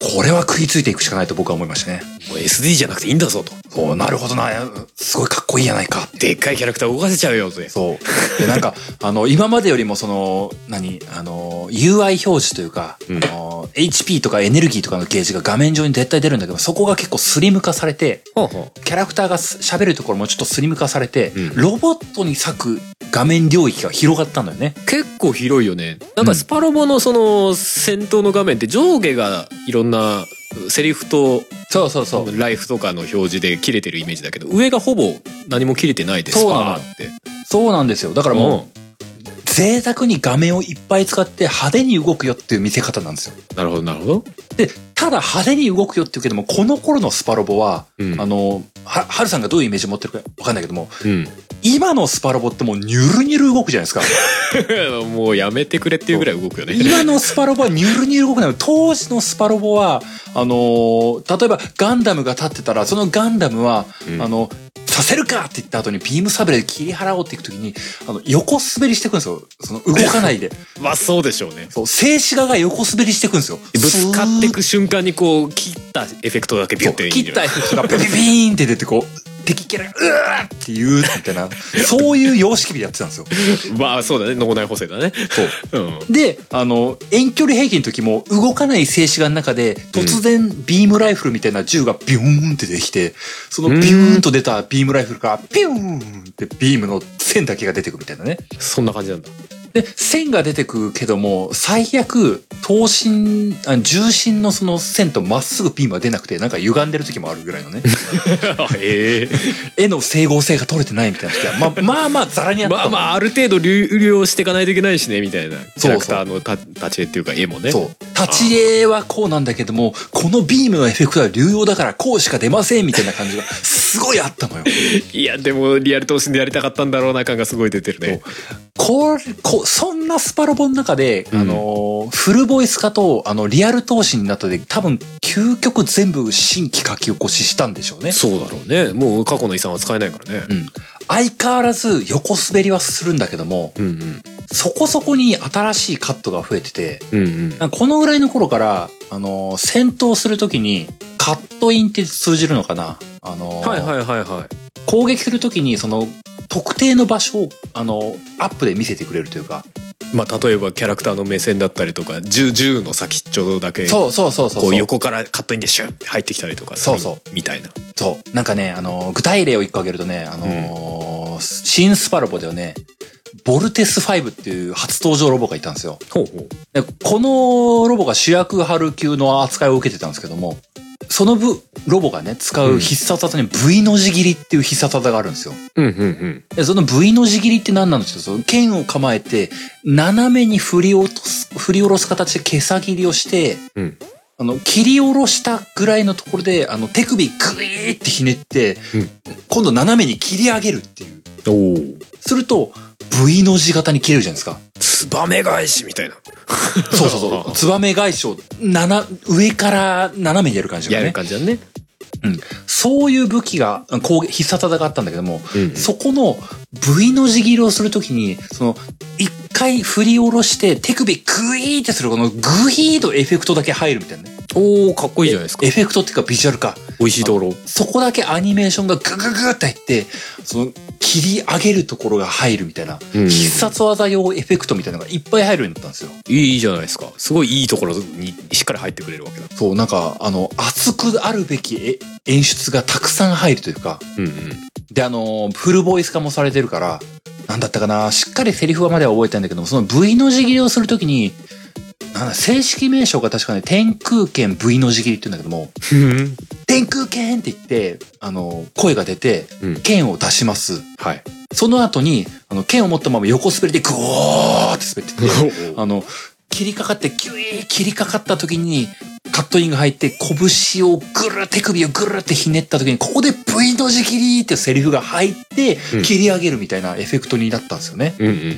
A: これは食いついていくしかないと僕は思いましたね。
B: う SD じゃなくていいんだぞと
A: そう、なるほどな、すごいかっこいいやないか。
B: でっかいキャラクター動かせちゃうよと
A: そう。で、なんか、 あの、今までよりもその、何、あの、UI 表示というか、
B: うん
A: あの、HP とかエネルギーとかのゲージが画面上に絶対出るんだけど、そこが結構スリム化されて、
B: ほうほ
A: キャラクターがす喋るところもちょっとスリム化されて、
B: うん
A: ロボットに割く画面領域が広がったんだよね。
B: う結構広いよねなんかスパロボのその戦闘の画面って上下がいろんなセリフと
A: そうそうそう。
B: ライフとかの表示で切れてるイメージだけど上がほぼ何も切れてないです
A: そうなの
B: かって
A: そうなんですよ。だからも
B: う
A: う、贅沢に画面をいっぱい使って派手に動くよっていう見せ方なんですよ。
B: んなるほどなるほど
A: で、ただ派手に動くよっていうけども、この頃のスパロボは、
B: うん
A: あの、は、はるさんがどういうイメージ持ってるかわかんないけども、
B: うん
A: 今のスパロボってもうニュルニュル動くじゃないで すか。
B: もうやめてくれっていうぐらい動くよね。
A: 今のスパロボはニュルニュル動くない。当時のスパロボは、あのー例えばガンダムが立ってたら、そのガンダムは、
B: うん
A: あの、させるかって言った後にビームサブレで切り払おうっていくときに、あの、横滑りしていくんですよ。その動かないで。
B: まあそうでしょうね。
A: そう、静止画が横滑りしていくんですよ。
B: ぶつかってく瞬間にこう切ったエフェクトだけビ
A: そ
B: ュ
A: う
B: ッて
A: 切った人がピピピーンって出てこう、敵キャラがうわーって言うみたいな、そういう様式美でやってたんですよ。
B: まあそうだね脳内補正だね。
A: そう。
B: うん。
A: で、あの、遠距離兵器の時も動かない静止画の中で、突然ビームライフルみたいな銃がビューンってできて、そのビューンと出たビームライフルからピューンってビームの線だけが出てくるみたいなね。
B: そんな感じなん だ。
A: で、線が出てくるけども、最悪、刀身、あ重心のその線とまっすぐビームは出なくて、なんか歪んでる時もあるぐらい のね。
B: ええ
A: 絵の整合性が取れてないみたいな時は、まあ、まあまあザラにあった
B: まあまあある程度流量していかないといけないしねみたいなキャラクターのた立ち絵っていうか絵もね。
A: そう。立ち絵はこうなんだけども、このビームのエフェクトは流用だからこうしか出ませんみたいな感じが、すごいあったのよ。
B: いやでもリアル闘神でやりたかったんだろうな感がすごい出てるね。
A: これ、こそんなスパロボの中で、
B: うん
A: あの、フルボイス化と、あの、リアル闘神になったで、多分、究極全部新規書き起こししたんでしょうね。
B: そうだろうね。もう過去の遺産は使えないからね。
A: うん。相変わらず横滑りはするんだけども、
B: うんうん
A: そこそこに新しいカットが増えてて、
B: うんうん。
A: なんかこのぐらいの頃から、あのー戦闘するときに、カットインって通じるのかなあのー
B: はいはいはいはい。
A: 攻撃するときに、その、特定の場所を、あのーアップで見せてくれるというか。
B: まあ、例えばキャラクターの目線だったりとか銃銃の先っちょだけ
A: そうそうそうそう。
B: こう横からカットインでシュッて入ってきたりとか
A: そうそう
B: みたいな
A: そう。なんかね、あのー具体例を一個挙げるとね、あのー新スパロボではね、ボルテス5っていう初登場ロボがいたんですよ。
B: ほうほう
A: でこのロボが主役春級の扱いを受けてたんですけども、その部、ロボがね、使う必殺技に V の字切りっていう必殺技があるんですよ。
B: うんうんうん
A: でその V の字切りって何なんですかその剣を構えて、斜めに振り落とす、振り下ろす形で毛先切りをして、
B: うん
A: あの、切り下ろしたぐらいのところで、あの、手首グイーってひねって、
B: うん
A: 今度斜めに切り上げるっていう。
B: おお
A: すると、V の字型に切れるじゃないですか。
B: ツバメ返しみたいな
A: そうそうそう。 ツバメ返しを、なな、上から斜めにやる感じが
B: や
A: ね
B: る。感じだね、
A: うん。そういう武器が、攻撃、必殺技があったんだけども、
B: うん
A: そこの V の字切りをするときに、その、一回振り下ろして手首グイーってするこのグイーとエフェクトだけ入るみたいなね。
B: おおかっこいいじゃないですか
A: エフェクトっていうかビジュアルか。
B: 美味しいところ
A: そこだけアニメーションがグググって入って、その、切り上げるところが入るみたいな、
B: うん
A: 必殺技用エフェクトみたいなのがいっぱい入るようになったんですよ。
B: いいじゃないですかすごいいいところにしっかり入ってくれるわけだ
A: そう、なんか、あの、熱くあるべきえ演出がたくさん入るというか、
B: うんうん
A: で、あの、フルボイス化もされてるから、なんだったかな、しっかりセリフはまでは覚えてないんだけども、その V の字切りをするときに、なんだ正式名称が確かね、天空剣 V の字切りって言うんだけども、 天空剣って言って、あの、声が出て
B: うん、
A: 剣を出します。
B: はい。
A: その後に、あの、剣を持ったまま横滑りでグオーって滑ってって、あの、切りかかって、キュイー切りかかった時に、カットインが入って、拳をぐる、手首をぐるってひねった時に、ここで V の字切りってセリフが入って
B: うん、
A: 切り上げるみたいなエフェクトになったんですよね。
B: うんうん。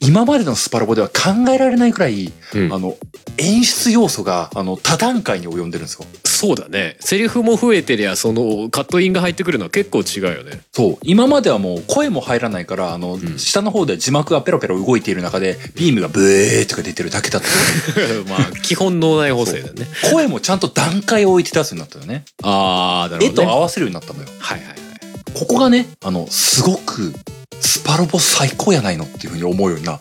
A: 今までのスパロボでは考えられないくらい、
B: うん
A: あの、演出要素が、あの、多段階に及んでるんですよ。
B: そうだね。セリフも増えてりゃ、その、カットインが入ってくるのは結構違う よね。
A: そう。今まではもう声も入らないから、あの、
B: ん
A: 下の方で字幕がペロペロ動いている中で、ビームがブエーとか出てるだけだった の
B: まあ、基本脳内補正だね。
A: に声もちゃんと段階を置いて出すようになったよね。
B: ああ、なる
A: 絵
B: ほど、
A: と
B: ね。
A: 合わせるようになったのよ。
B: はいはいはい。
A: ここがね、あの、すごく、スパロボ最高やないのっていうふうに思うようにな。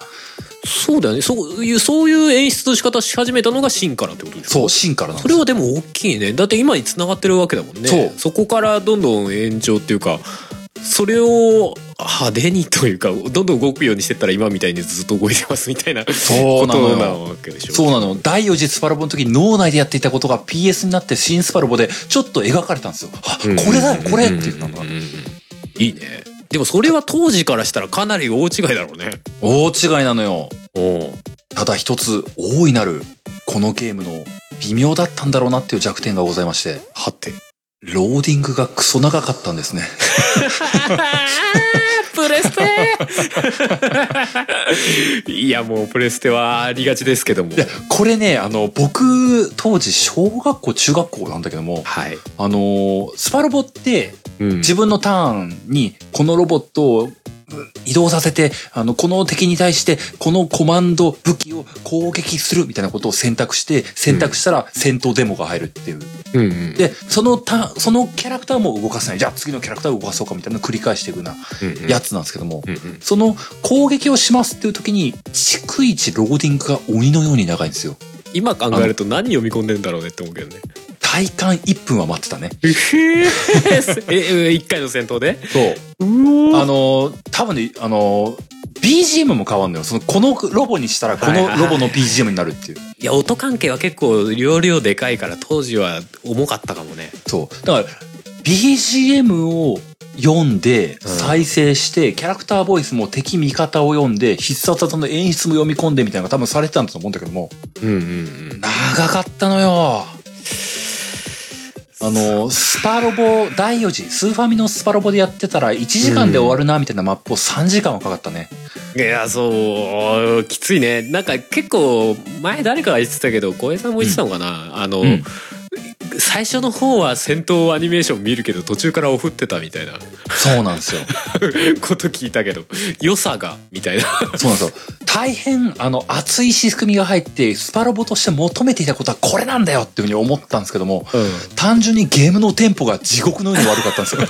B: そうだよね。そういう、そういう演出の仕方し始めたのが真からってことでしょ
A: そう、シーンからなん
B: そ
A: で
B: れ
A: すよ
B: はでも大きいね。だって今に繋がってるわけだもんね。
A: そう
B: こからどんどん延長っていうか、それを派手にというか、どんどん動くようにしてったら今みたいにずっと動いてますみたいな
A: そうなの
B: こと
A: よ
B: なわけでしょ。
A: そうなの。第4次スパロボの時に脳内でやっていたことが PS になって新スパロボでちょっと描かれたんですよ。あ、
B: うん
A: これだよ、これっていうのが
B: ん。んんんいいね。でもそれは当時からしたらかなり大違いだろうね。
A: 大違いなのよ。
B: お
A: ただ一つ大いなるこのゲームの微妙だったんだろうなっていう弱点がございまして
B: はて。
A: ローディングがクソ長かったんですね
B: プレステ いやもうプレステはありがちですけども
A: い。や これねあの僕当時小学校中学校なんだけども
B: はい。
A: あのースパロボって
B: うん
A: 自分のターンにこのロボットを移動させてあのこの敵に対してこのコマンド武器を攻撃するみたいなことを選択して選択したら戦闘デモが入るっていう
B: うんうん
A: で、そのた、そのキャラクターも動かせない。じゃあ次のキャラクターを動かそうかみたいなのを繰り返していくよう
B: うんうん
A: なやつなんですけども、
B: うんうん
A: その攻撃をしますっていう時に、逐一ローディングが鬼のように長いんですよ。
B: 今考えると何読み込んでんだろうねって思 うけどね。
A: 体感1分は待ってたね。
B: え、一回の戦闘で
A: そう。
B: う
A: あの
B: お
A: ー、多分ね、あのー、BGM も変わんのよ。その、このロボにしたらこ
B: はい
A: の
B: はい
A: ロボの BGM になるっていう。
B: いや、音関係は結構容量でかいから当時は重かったかもね。
A: そう。だから、BGM を読んで、
B: うん
A: 再生して、キャラクターボイスも敵味方を読んで、必殺技の演出も読み込んでみたいなのが多分されてたんだと思うんだけども、
B: うんうんうん。
A: 長かったのよ。あの、スパロボ第4次、スーファミのスパロボでやってたら1時間で終わるなみたいなマップを3時間はかかった ね。
B: いやそうきついねなんか結構前誰かが言ってたけど小江さんも言ってたのかな、あの、
A: うん
B: 最初の方は戦闘アニメーション見るけど途中からオフってたみたいな
A: そうなんですよ。
B: こと聞いたけど良さがみたいな
A: そうなんですよ。大変、あの、熱い仕組みが入って、スパロボとして求めていたことはこれなんだよっていうふうに思ったんですけども、単純にゲームのテンポが地獄のように悪かったんですよ。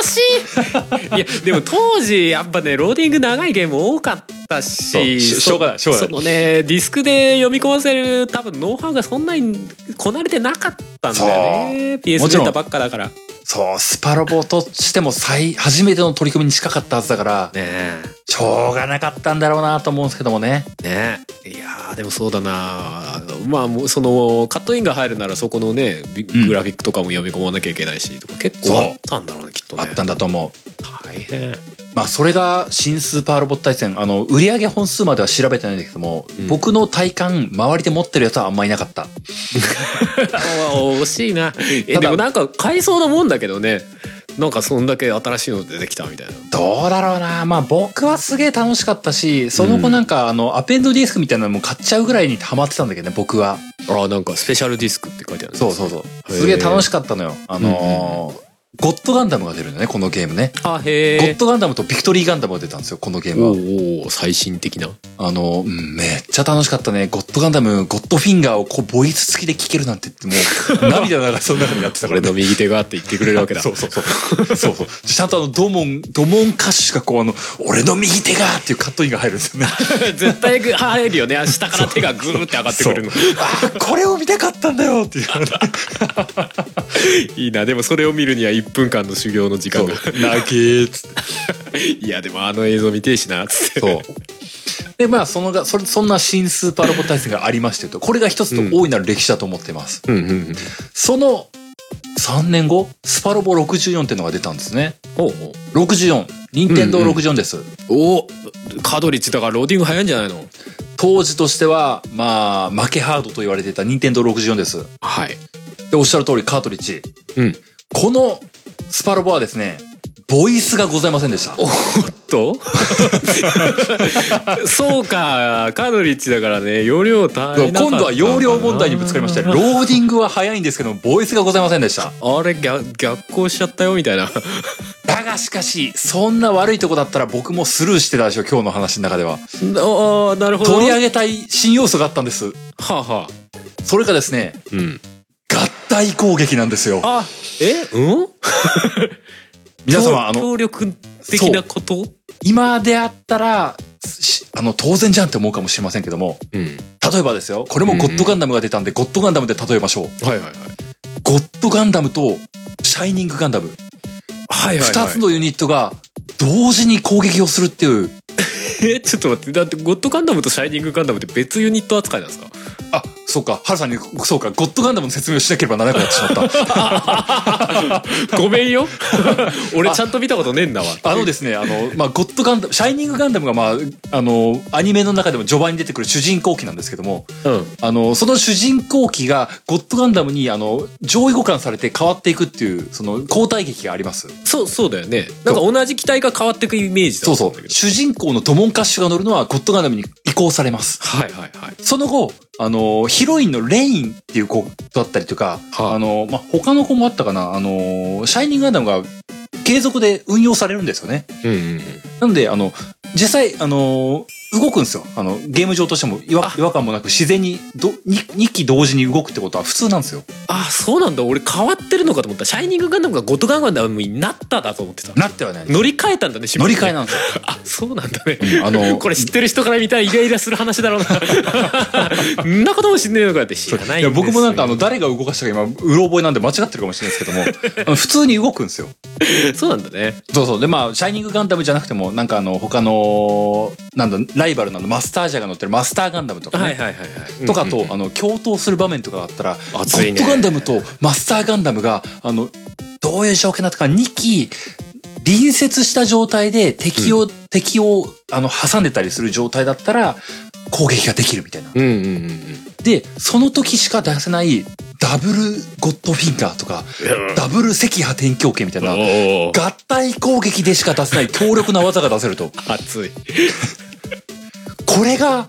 B: 惜しいいやでも当時やっぱねローディング長いゲーム多かったし
A: そうししょうがないしょうがない
B: そのねディスクで読み込ませる多分ノウハウがそんなにこなれてなかったんだよね PS
A: もち
B: 出
A: ろん
B: たばっかだからね
A: そう、スパロボとしても最、初めての取り組みに近かったはずだから、
B: え
A: しょうがなかったんだろうなと思うんですけどもね。
B: ねいやーでもそうだなまあもうそのカットインが入るならそこのねビ
A: うん
B: グラフィックとかも読み込まなきゃいけないしとか結構
A: そう
B: あったんだろうねきっとね
A: あったんだと思う。
B: 大変
A: まあ、それが新スーパーロボット対戦、あの、売り上げ本数までは調べてないんだけども、
B: うん
A: 僕の体感、周りで持ってるやつはあんまいなかった。
B: お惜しいなえ
A: ただ
B: でもなんか買いそうなもんだけどねなんかそんだけ新しいの出てきたみたいな
A: どうだろうなまあ、僕はすげえ楽しかったし、その後なんか、あの、アペンドディスクみたいなのも買っちゃうぐらいにハマってたんだけどね、僕は。
B: あーなんかスペシャルディスクって書いてある
A: そうそうそう。すげえ楽しかったのよ。あのーゴッドガンダムが出るんだね、このゲームね。
B: あ
A: ゴ
B: へ
A: ッ
B: え
A: ドガンダムとビクトリーガンダムが出たんですよ、このゲー
B: お
A: ムは。
B: ーおー最新的な
A: あの、うんめっちゃ楽しかったね。ゴッドガンダム、ゴッドフィンガーをこう、ボイス付きで聴けるなんてって、も う、涙流しそうになるようになってたから
B: 俺の右手があって言ってくれるわけ だ
A: そうそうそう。そうそう。ちゃんとあの、ドモン、ドモン歌手がこう、あの、俺の右手がっていうカットインが入るんですよね。
B: 絶対入るよね下から手がグーって上がってくるの
A: あーこれを見たかったんだよっていう。
B: いいなでもそれを見るには1分間の修行の時間が
A: 泣けーっつって。
B: いやでもあの映像見てえしなっつって
A: そう。で、まあ、そのが、それ、そんな新スーパーロボ対戦がありましてと、これが一つと大いなる歴史だと思ってます。
B: うんうんうん。
A: その3年後、スパロボ64っていうのが出たんですね。
B: おう
A: 64。任天堂
B: うんうん
A: 64です。
B: おうおカドリッチだからローディング早いんじゃないの
A: 当時としては、まあ、負けハードと言われていた任天堂64です。
B: はい。
A: で、おっしゃる通りカートリッジ。
B: うん。
A: このスパロボはですね、ボイスがございませんでした。
B: と そうか、カドリッチだからね、容量大変
A: 今度は容量問題にぶつかりまして、ローディングは早いんですけど、ボイスがございませんでした。
B: あれ逆逆行しちゃったよみたいな
A: だがしかし、そんな悪いとこだったら僕もスルーしてたでしょ、今日の話の中では。
B: ああなるほど
A: 取り上げたい新要素があったんです。
B: はあ、はあ、
A: それがですね、
B: うん
A: 合体攻撃なんですよ。
B: あえうん
A: 皆様、あの、
B: 協力的なことう
A: 今であったら、しあの、当然じゃんって思うかもしれませんけども、
B: ん
A: 例えばですよ、これもゴッドガンダムが出たんで、ゴッドガンダムで例えましょう。
B: はいはいはい
A: ゴッドガンダムと、シャイニングガンダム、
B: はいはいはい
A: 二つのユニットが、同時に攻撃をするっていう、
B: えちょっと待ってだってゴッドガンダムとシャイニングガンダムって別ユニット扱いなんですか
A: あ、そうか、ハルさんに、そうか、ゴッドガンダムの説明をしなければならなくなってしまった。
B: ごめん よ俺ちゃんと見たことねえんだわ
A: あのですね、あの、まあ、ゴッドガンダム、シャイニングガンダムが、まあ、あの、アニメの中でも序盤に出てくる主人公機なんですけども、
B: うん
A: あの、その主人公機が、ゴッドガンダムに、あの、上位互換されて変わっていくっていう、その、交代劇があります。
B: そうそうだよねなんか同じ機体が変わってくイメージ
A: そ
B: だと
A: うそ
B: 思んだけ
A: う。
B: ど
A: 主人公のドモンカッシュが乗るのは、ゴッドガンダムに移行されます。
B: はいはいはい
A: その後、あの、ヒロインのレインっていう子だったりとか、
B: はあ
A: あの、まあ、他の子もあったかな、あの、シャイニングガンダムが継続で運用されるんですよね。
B: うんうん
A: なんで、あの、実際、あのー動くんですよ。あの、ゲーム上としても違和
B: あ
A: 違和感もなく自然にど 2, 2機同時に動くってことは普通なんですよ。
B: あそうなんだ俺変わってるのかと思ったシャイニングガンダムがゴッドガンダムになっただと思ってた
A: なってはない。
B: 乗り換えたんだね
A: 乗り換え
B: え
A: なんですよ。
B: あそうなんだね、
A: あの
B: これ知ってる人から見たらイライラする話 だろうなんなことも知んねえのかって知らないんです
A: いや僕もなんかあの誰が動かしたか今うろ覚えなんで間違ってるかもしれないです けどもあの普通に動くんですよ
B: そうなんだね
A: そうそうでまあシャイニングガンダムじゃなくてもなんかあの他のなんだライバルなのマスタージャが乗ってるマスターガンダムとかね、
B: はいはいはいはい
A: とか
B: うん
A: と、
B: うん
A: あの、共闘する場面とかがあったら、ゴ
B: 熱い
A: ッ
B: ね
A: ドガンダムとマスターガンダムが、あの、どういう状況になったか、2機、隣接した状態で敵を、敵を、あの、挟んでたりする状態だったら、攻撃ができるみたいな。
B: うんうんうんうん
A: で、その時しか出せない、ダブルゴッドフィンガーとか、ダブル赤波天狂拳みたいな、
B: おー
A: 合体攻撃でしか出せない強力な技が出せると。
B: 熱い
A: これが、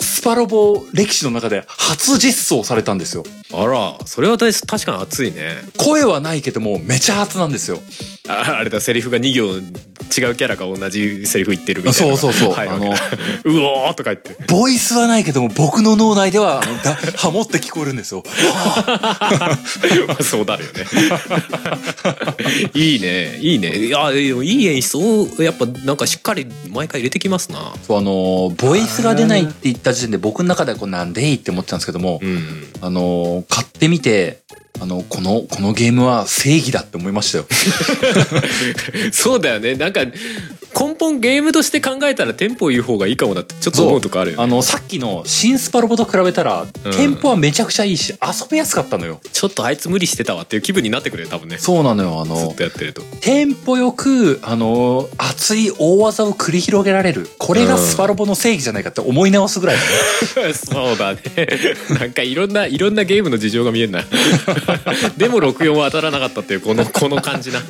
A: スパロボ歴史の中で初実装されたんですよ。
B: あらそれは確確かに熱いね
A: 声はないけどもめちゃ熱なんですよ。
B: ああれだセリフが2行違うキャラが同じセリフ言ってるみたい
A: そ
B: な
A: うそうそう。
B: はい、
A: あの、
B: うおーとか言って
A: ボイスはないけども僕の脳内ではあのだ ハモって聞こえるんですよ。
B: まあそうなるよ ねいいねいいねいやでもいい演出をやっぱなんかしっかり毎回入れてきますな
A: そうあのボイスが出ないって言った時点で僕の中ではこうなんでいいって思ってたんですけども、
B: ん
A: あの買ってみてあのこのこのゲームは正義だって思いましたよ。
B: そうだよねなんか根本ゲームとして考えたらテンポいい方がいいかもだってちょっと思うとこあるよね
A: あのさっきの新スパロボと比べたら、テンポはめちゃくちゃいいし遊びやすかったのよ。
B: ちょっとあいつ無理してたわっていう気分になってくれる多分ねず
A: そうなのよあ
B: っ
A: の
B: とやってると
A: テンポよく、あのー熱い大技を繰り広げられる。これがスパロボの正義じゃないかって思い直すぐ らいだね。
B: そうだねなんかいろんないろんなゲームの事情が見えんなでも64は当たらなかったっていうこのこの感じな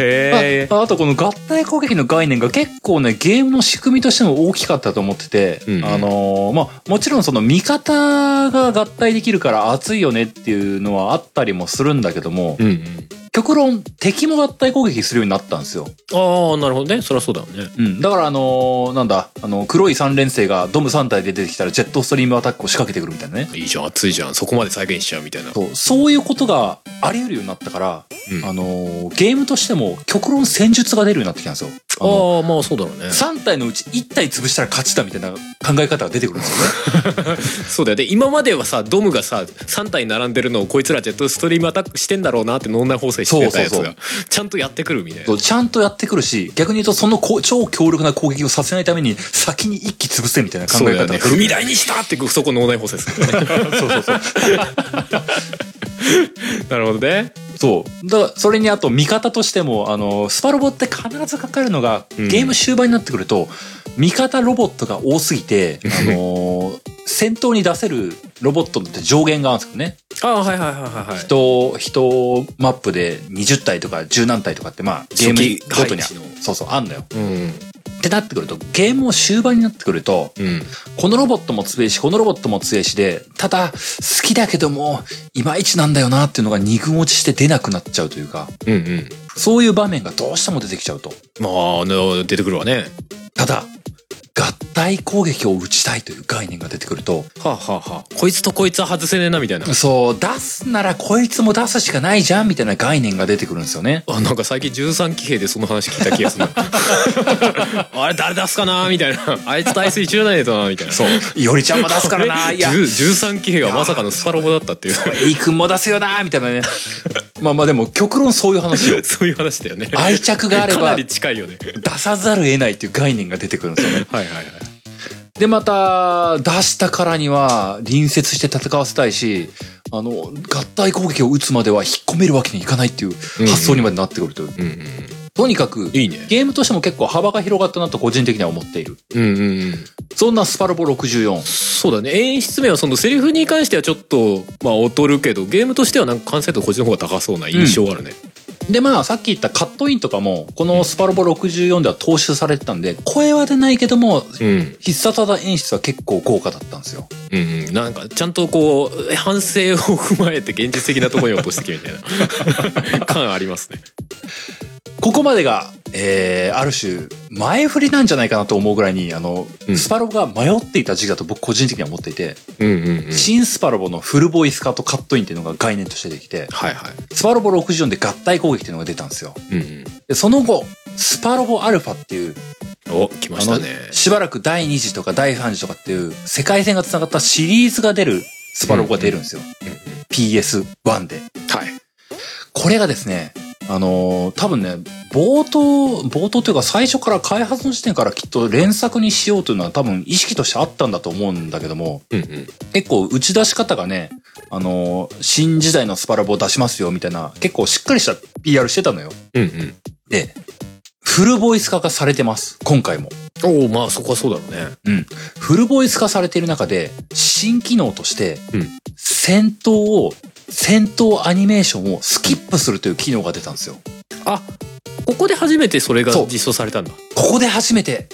B: へえ
A: ああとこの合体攻撃の概念が結構ね、ゲームの仕組みとしても大きかったと思ってて、
B: うんうん
A: あのーまあ、もちろんその味方が合体できるから熱いよねっていうのはあったりもするんだけども、
B: うんうん
A: 極論敵も合体攻撃するようになったんですよ。
B: ああなるほどねそりゃそうだよね
A: うん。だからあのーなんだ、あの、黒い三連星がドム3体で出てきたらジェットストリームアタックを仕掛けてくるみたいなね。
B: いいじゃん熱いじゃんそこまで再現しちゃうみたいな
A: そうそういうことがあり得るようになったから、
B: うん
A: あのーゲームとしても極論戦術が出るようになってきたんですよ。あの
B: ああまあそうだろうね
A: 3体のうち1体潰したら勝ちだみたいな考え方が出てくるんですよね。
B: そうだよで今まではさドムがさ3体並んでるのをこいつらジェットストリームアタックしてんだろうなって脳内補正してたやつ
A: そう
B: が
A: そう
B: ちゃんとやってくるみたい
A: そ
B: な
A: うちゃんとやってくるし、逆に言うとそのこう超強力な攻撃をさせないために先に一気潰せみたいな考
B: そう
A: え
B: だ
A: 方
B: よね
A: が
B: 踏み台にしたってそこ脳内補正 するからね
A: そうそうそう。
B: なるほどね
A: そう。だから、それにあと味方としても、あの、スパロボって必ずかかるのが、
B: うん
A: ゲーム終盤になってくると、味方ロボットが多すぎて、あの ー戦闘に出せるロボットって上限があるんですよね。
B: ああはいはいはいはいはい
A: 人、人マップで20体とか10何体とかって、まあ、ゲー
B: 初期
A: ムごとに
B: 配置の
A: そうそう、あんのよ。
B: うん
A: ってなってくると、ゲームも終盤になってくると、
B: うん
A: このロボットも強いし、このロボットも強いしで、ただ、好きだけども、いまいちなんだよなっていうのが二軍落ちして出なくなっちゃうというか、
B: うんうん
A: そういう場面がどうしても出てきちゃうと。
B: まああの出てくるわね
A: ただ、合体攻撃を打ちたいという概念が出てくると、
B: はあ、はあはあ、こいつとこいつは外せねえなみたいな
A: そう、出すならこいつも出すしかないじゃんみたいな概念が出てくるんですよね。
B: あなんか最近13騎兵でその話聞いた気がするな あれ誰出すかなみたいなあいつ対戦一緒じゃないとなみたいなそう
A: いおりちゃんも出すから な、いや、
B: 13騎兵がまさかのスパロボだったっていう
A: いい君も出すよな、みたいな ね。まあまあでも、極論そういう話よ。
B: そういう話だよ ね
A: 愛着があれ
B: かな
A: ば、
B: り
A: 出
B: 近いよね
A: さざるを得ないっていう概念が出てくるんですよね。
B: はいはいはい
A: で、また、出したからには、隣接して戦わせたいし、あの、合体攻撃を打つまでは引っ込めるわけにいかないっていう発想にまでなってくるという。
B: うんうん
A: とにかく、
B: いいね
A: ゲームとしても結構幅が広がったなと個人的には思っている。
B: うんうんうん
A: そんなスパロボ64。
B: そうだね演出面はそのセリフに関してはちょっとまあ劣るけどゲームとしてはなんか完成度こっちの方が高そうな印象はあるね、
A: で、まあ、さっき言ったカットインとかも、このスパロボ64では踏襲されてたんで、声は出ないけども、
B: うん
A: 必殺技演出は結構豪華だったんですよ。
B: うんうん、なんかちゃんとこう 反省を踏まえて現実的なところに落としてきたみたいな 感ありますね。
A: ここまでが、えー、ある種、前振りなんじゃないかなと思うぐらいに、あの、
B: うん
A: スパロボが迷っていた時期だと僕個人的には思っていて、
B: うんうんうん
A: 新スパロボのフルボイス化とカットインっていうのが概念としてできて、
B: はいはい。
A: スパロボ64で合体攻撃っていうのが出たんですよ。
B: うん
A: で、その後、スパロボアルファっていう、
B: うん、お来ま
A: あ
B: し
A: の、
B: たね。
A: しばらく第2次とか第3次とかっていう世界線が繋がったシリーズが出るスパロボが出るんですよ。
B: うんうん
A: PS1 で。
B: はい。
A: これがですね、あのー多分ね、冒頭、冒頭というか最初から開発の時点からきっと連作にしようというのは多分意識としてあったんだと思うんだけども、
B: うんうん
A: 結構打ち出し方がね、あのー新時代のスパラボを出しますよみたいな、結構しっかりした PR してたのよ。
B: うん
A: で、フルボイス化がされてます、今回も。
B: うん。おおまあそこはそうだろうね。
A: うん。フルボイス化されている中で、新機能として、
B: うん
A: 戦闘を、戦闘アニメーションをスキップするという機能が出たんですよ。
B: あここで初めてそれが
A: そう
B: 実装されたんだ。
A: ここで初めて、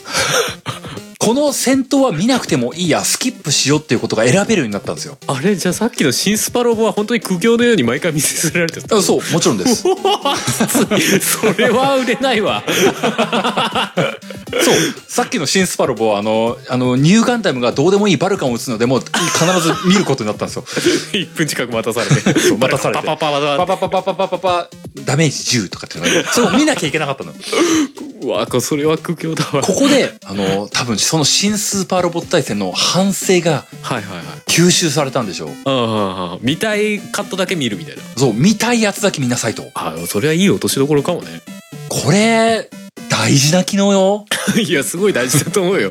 A: この戦闘は見なくてもいいや、スキップしようっていうことが選べるようになったんですよ。
B: あれじゃあさっきの新スパロボは本当に苦行のように毎回見せつけられてた。
A: あそう、もちろんです。 そう。
B: それは売れないわ。
A: さっきの新スパロボは、あの、あの、ニューガンダムがどうでもいいバルカンを打つのでも、必ず見ることになったん ですよ。
B: 一分近く待たされて。
A: う待たされて
B: パパパパ
A: パパパパパパパパ、ダメージ10とかって いうのがそれを見なきゃいけなかったの。こ
B: うわこそれは苦行だわ。
A: こで、あの、多分その新スーパーロボット対戦の反省が
B: はいはいはい。
A: 吸収されたんでしょう。
B: ああ見たいカットだけ見るみたいな
A: そう、見たいやつだけ見なさいと。
B: ああそれはいい落としどころかもね
A: これ、大事な機能よ。
B: いやすごい大事だと思うよ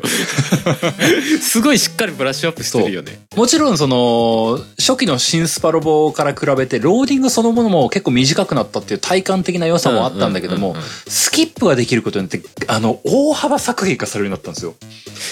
B: すごいしっかりブラッシュアップしてるよね
A: もちろんその初期の新スパロボから比べてローディングそのものも結構短くなったっていう体感的な良さもあったんだけど
B: う
A: も
B: んうんうん
A: スキップができることによってあの大幅削減化されるようになったんですよ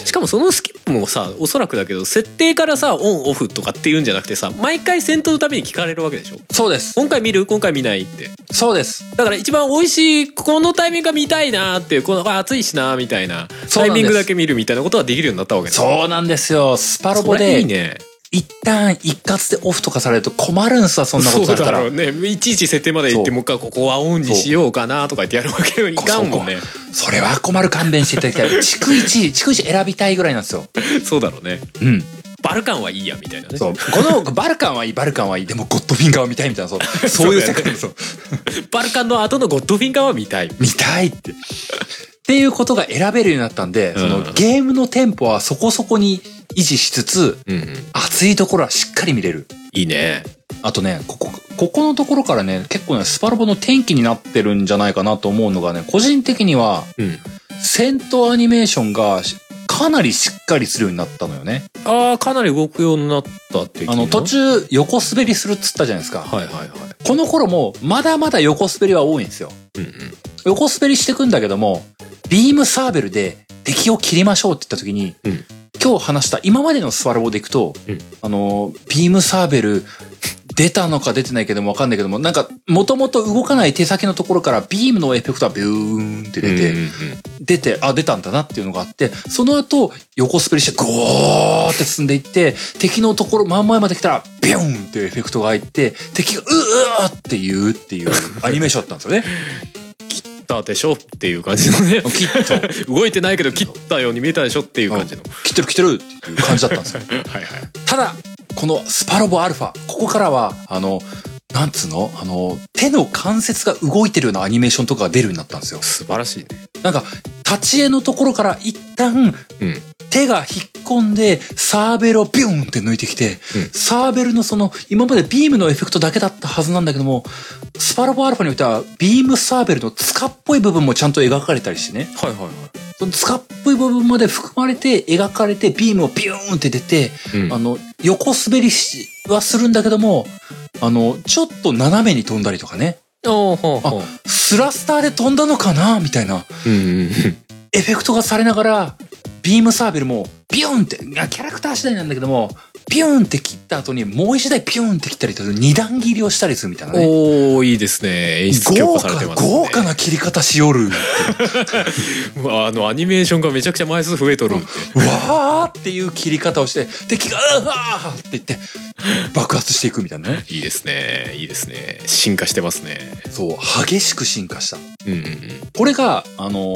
B: しかもそのスキップもさおそらくだけど設定からさオンオフとかっていうんじゃなくてさ毎回戦闘のたびに聞かれるわけでしょ
A: そうです
B: 今回見る今回見ないって
A: そうです
B: だから一番美味しいこのタイミングが見たいなーっていうこのあ暑いしなーみたいな
A: そう
B: タ
A: なんです
B: イミングだけ見るみたいなことができるようになったわけだ
A: そうなんですよスパロ
B: そ
A: ボ
B: れいい
A: で
B: ね
A: 一旦一括でオフとかされると困るんすわそんなこと
B: そ
A: さ
B: う
A: れた
B: だ
A: ら
B: ろうねいちいち設定まで行って
A: そう
B: もう一回ここはオンにしようかなとか言ってやるわけにはいかんもんね
A: それは困る勘弁していただきたい逐一逐一選びたいぐらいなんですよ
B: そうだろうね
A: うん
B: バルカンはいいやみたいなね
A: そうこのバルカンはいいバルカンはいいでもゴッドフィンガーを見たいみたいなそうそういう世界ですよ
B: バルカンの後のゴッドフィンガーは見たい
A: 見たいって。っっていうことが選べるようになったんで、その
B: うん
A: ゲームのテンポはそこそこに維持しつつ、
B: うんうん、
A: 熱いところはしっかり見れる。
B: いいね
A: あとね、ここ、ここのところからね、結構ね、スパロボの転機になってるんじゃないかなと思うのがね、個人的には、
B: うん
A: 戦闘アニメーションがしかなりしっかりするようになったのよね。
B: ああかなり動くようになったって
A: あの、途中横滑りするっつったじゃないですか。
B: はいはいはい
A: この頃も、まだまだ横滑りは多いんですよ。
B: うん
A: 横滑りしてくんだけども、ビームサーベルで敵を切りましょうって言った時に、
B: うん
A: 今日話した今までのスワロボでいくと、
B: うん
A: あの、ビームサーベル出たのか出てないけどもわかんないけども、なんか、もともと動かない手先のところからビームのエフェクトはビューンって
B: う
A: 出
B: ん
A: て、出て、あ、出たんだなっていうのがあって、その後、横滑りして、ゴーって進んでいって、敵のところ、真ん前まで来たら、ビューンっていうエフェクトが入って、敵が、うーって言うっていうアニメーションだったんですよね。
B: 切ったでしょっていう感じの ね
A: きっと、
B: 動いてないけど切ったように見えたでしょっていう感じの
A: 来てる来てるっていう感じだったんですよ。
B: はいはい
A: ただ、このスパロボアルファ、ここからは、あの、なんつうのあの、手の関節が動いてるようなアニメーションとかが出るようになったんですよ。
B: 素晴らしいね
A: なんか、立ち絵のところから一旦、
B: うん
A: 手が引っ込んで、サーベルをビューンって抜いてきて、
B: うん
A: サーベルのその、今までビームのエフェクトだけだったはずなんだけども、スパロボアルファにおいては、ビームサーベルの塚っぽい部分もちゃんと描かれたりしてね。
B: はいはいは
A: その塚っぽい部分まで含まれて、描かれて、ビームをビューンって出て、
B: い、うん
A: あの、横滑りしはするんだけども、あの、ちょっと斜めに飛んだりとかね、
B: おーほうほう
A: スラスターで飛んだのかなみたいな、
B: うんうんうん
A: エフェクトがされながら、ビームサーベルも、ビューンって、いやキャラクター次第なんだけども、ビューンって切った後に、もう一台ビューンって切ったりと、二段切りをしたりするみたいなね。
B: おーいいですね演出強
A: 豪
B: 化され
A: 華
B: て
A: な、
B: ますね
A: 豪華な切り方しよる。
B: うわあのアニメーションがめちゃくちゃ枚数増えとるって
A: わーっていう切り方をして、敵が、うわーって言って、爆発していくみたいなね。
B: いいですねいいですね進化してますね
A: そう、激しく進化した。
B: うんうん
A: これが、あの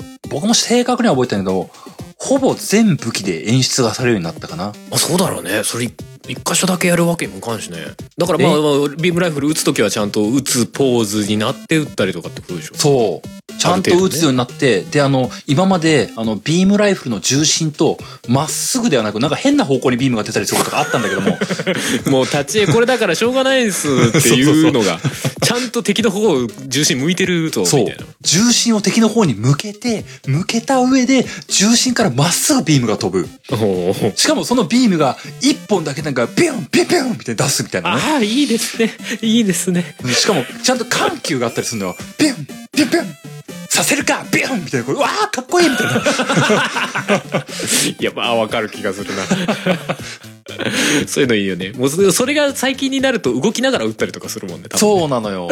A: ー僕も正確には覚えてないけど、ほぼ全武器で演出がされるようになったかな。
B: あそうだろうねそれ一一箇所だけやるわけにもいかんしねだからまあ、
A: え
B: まあビームライフル撃つ時はちゃんと撃つポーズになって撃ったりとかってことでしょ
A: そう。ちゃん
B: ある
A: と
B: 程度
A: 撃
B: ね
A: つようになって、で、あの、今まで、あの、ビームライフルの重心と、まっすぐではなく、なんか変な方向にビームが出たりすることがあったんだけども、
B: もう立ち絵これだからしょうがないですっていうの がちゃんと敵の方を重心向いてるとみた
A: そ
B: いうな。
A: 重心を敵の方に向けて、向けた上で、重心からまっすぐビームが飛ぶ。
B: おー
A: しかもそのビームが、一本だけなんか、ビュンビュンビュンみたいな出すみたいなね。
B: ああいいですねいいですね
A: うんしかも、ちゃんと緩急があったりするのよ。ビュンビュンビュンさせるかビュンみたいな。これ、うわーかっこいいみたいな。
B: いやまあわかる気がするな そういうのいいよねもうそそれが最近になると動きながら打ったりとかするもんね多分ね
A: そうなのよ。も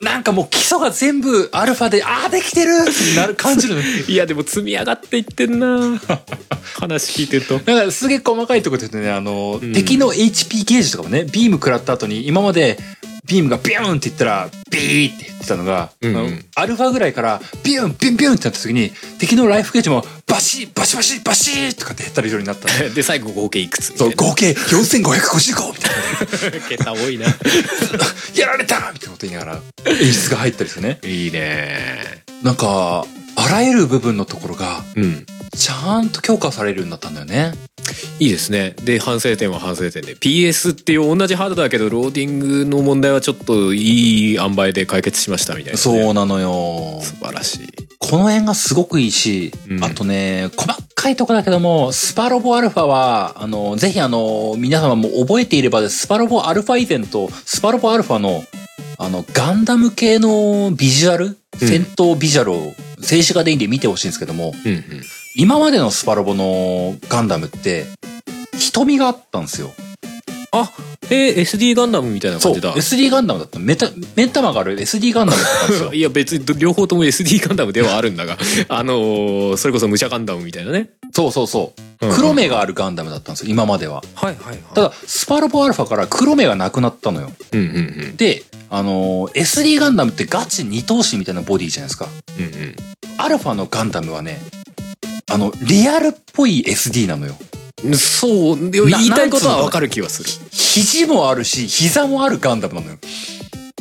A: う、 なんかもう基礎が全部アルファで、あーできてるってなる、感じるのよ。
B: いやでも積み上がっていってんな 話聞いてる と
A: だからすげえ細かいところで言うとね、あの、
B: うん
A: 敵の HP ゲージとかもね、ビーム食らった後に、今まで、ビームがビューンって言ったら、ビーって言ってたのが、
B: うんうん
A: あのアルファぐらいから、ビューン、ビュンビュンってなった時に、敵のライフゲージも、バシッ、バシバシ、バシーとかって減ったりするようになった の。
B: で最後合計いくつみた
A: そ、
B: いうな
A: 合計4555みたいな。
B: 桁多いな
A: やられたみたいなこと言いながら、演出が入ったりしてね。
B: いいね
A: なんか、あらゆる部分のところが、
B: うん
A: ちゃんと強化されるようになったんだよね。
B: いいですねで反省点は反省点で PS っていう同じハードだけどローディングの問題はちょっといい塩梅で解決しましたみたいなね、
A: そうなのよ。
B: 素晴らしい
A: この辺がすごくいいし、
B: うん
A: あとね、細かいとこだけども、スパロボアルファは、あの、ぜひあの、皆様も覚えていればです、スパロボアルファ以前と、スパロボアルファの、あの、ガンダム系のビジュアル、
B: うん
A: 戦闘ビジュアルを、静止画でいいんで見てほしいんですけども、
B: うんうん
A: 今までのスパロボのガンダムって、瞳があったんですよ。
B: あえ SD ガンダムみたいな
A: そ
B: 感
A: う。
B: じだ。
A: SD ガンダムだった。メタ、目ん玉がある SD ガンダムだったんですよ
B: いや別にど両方とも SD ガンダムではあるんだが あのーそれこそ武者ガンダムみたいなね
A: そうそうそう。黒目があるガンダムだったんですよ、今までは。
B: はいはいはい
A: ただ、スパロボアルファから黒目がなくなったのよ。
B: うんうんうん
A: で、あのー SD ガンダムってガチ二頭身みたいなボディじゃないですか。
B: うんうん
A: アルファのガンダムはね、あの、リアルっぽい SD なのよ。
B: そうでも
A: な
B: 言いたいこと
A: なんつうのか
B: は
A: な
B: わかる気はする
A: 肘もあるし、膝もあるガンダムなのよ。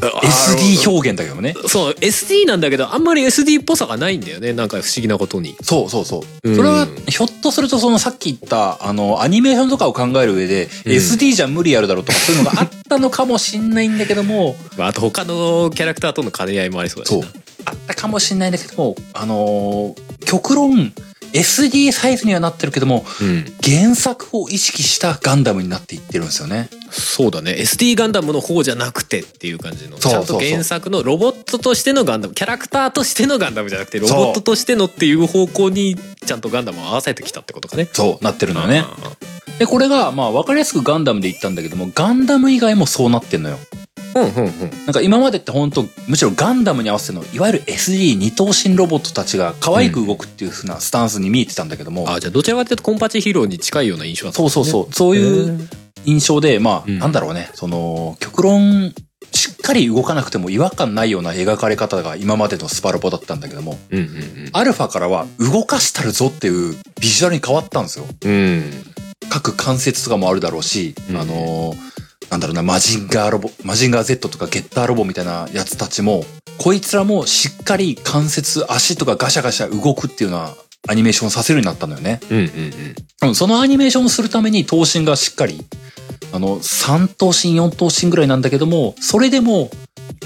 B: あ
A: SD 表現だけどね。
B: そう SD なんだけどあんまり SD っぽさがないんだよねなんか不思議なことに
A: そうそうそうう。
B: ん
A: それは、ひょっとすると、そのさっき言った、あの、アニメーションとかを考える上で、SD じゃ無理やるだろうとか、そういうのがあったのかもしんないんだけども、
B: まああと他のキャラクターとの兼ね合いもありそうだし
A: そう
B: な。
A: あったかもしんないんだけども、あのー極論、SD サイズにはなってるけども、
B: うん、
A: 原作を意識したガンダムになっていってるんですよね。
B: そうだね SD ガンダムの方じゃなくてっていう感じの
A: そうそう
B: ちゃんと原作のロボットとしてのガンダムキャラクターとしてのガンダムじゃなくてロボットとしてのっていう方向にちゃんとガンダムを合わせてきたってことかね。
A: そう、なってるのよ
B: う
A: ね
B: ん。
A: で、これが、まあ、わかりやすくガンダムで言ったんだけども、ガンダム以外もそうなってんのよ。
B: うんうんうん
A: なんか今までって本当むしろガンダムに合わせての、いわゆる SD 二等身ロボットたちが可愛く動くっていう風なスタンスに見えてたんだけども、
B: あじゃあどちらかというとコンパチヒーローに近いような印象だった
A: そ
B: ん
A: う
B: です
A: そう
B: ね
A: そう、そういう印象で、まあ、
B: うん
A: なんだろうね、その、極論、しっかり動かなくても違和感ないような描かれ方が今までのスパロボだったんだけども、
B: うんうん
A: アルファからは動かしたるぞっていうビジュアルに変わったんですよ。
B: うんうん
A: 各関節とかもあるだろうし、
B: うん
A: あのーなんだろうな、マジンガーロボ、マジンガー Z とかゲッターロボみたいなやつたちも、こいつらもしっかり関節、足とかガシャガシャ動くっていうようなアニメーションをさせるようになったんだよね。
B: うんうんうん
A: うん、そのアニメーションをするために頭身がしっかり、あの、3頭身、4頭身ぐらいなんだけども、それでも、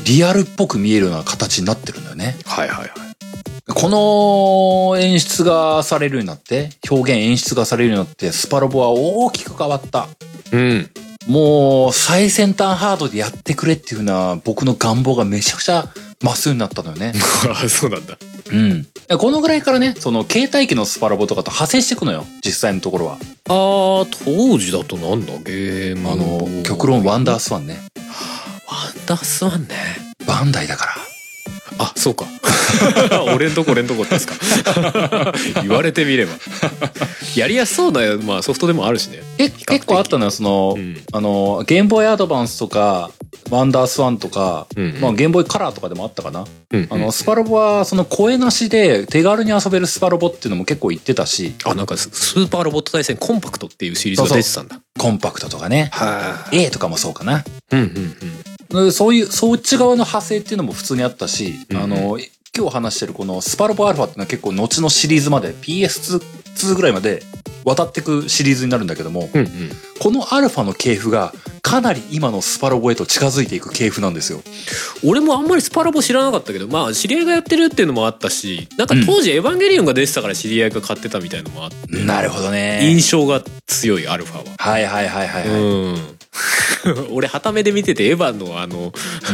A: リアルっぽく見えるような形になってるんだよね。
B: はいはいはい
A: この演出がされるようになって、表現演出がされるようになって、スパロボは大きく変わった。
B: うん
A: もう最先端ハードでやってくれっていうふうな僕の願望がめちゃくちゃ増すようになったのよね。
B: あそうなんだ
A: うん。このぐらいからね、その携帯機のスパラボとかと派生していくのよ。実際のところは。
B: あー当時だとなんだゲーム
A: あの、極論ワンダースワンね。
B: ワンダースワンね
A: バンダイだから。
B: あそうか 俺んとこ俺んとこですか 言われてみればやりやすそうな、まあ、ソフトでもあるしね
A: け
B: 的
A: 結構あったのよ、その、
B: うん
A: あの、ゲームボーイアドバンスとか、ワンダースワンとか、
B: うん
A: まあゲームボーイカラーとかでもあったかな。
B: うん
A: あの、スパロボはその声なしで手軽に遊べるスパロボっていうのも結構言ってたし、
B: あなんかススーパーロボット対戦コンパクトっていうシリーズが出てたんだ
A: コンパクトとかね、
B: は
A: A とかもそうかな。
B: いうんうんうん
A: うんそういう、そっち側の派生っていうのも普通にあったし、
B: うん
A: あの、今日話してるこのスパロボアルファっていうのは結構後のシリーズまで PS2 ぐらいまで渡ってくシリーズになるんだけども、
B: うんうん
A: このアルファの系譜がかなり今のスパロボへと近づいていく系譜なんですよ。
B: 俺もあんまりスパラボ知らなかったけどまあ知り合いがやってるっていうのもあったしなんか当時「エヴァンゲリオン」が出てたから知り合いが買ってたみたいのもあって、
A: なるほどね。
B: 印象が強いアルファは。
A: はいはいはいはいはい。
B: うん 俺はためで見ててエヴァのあの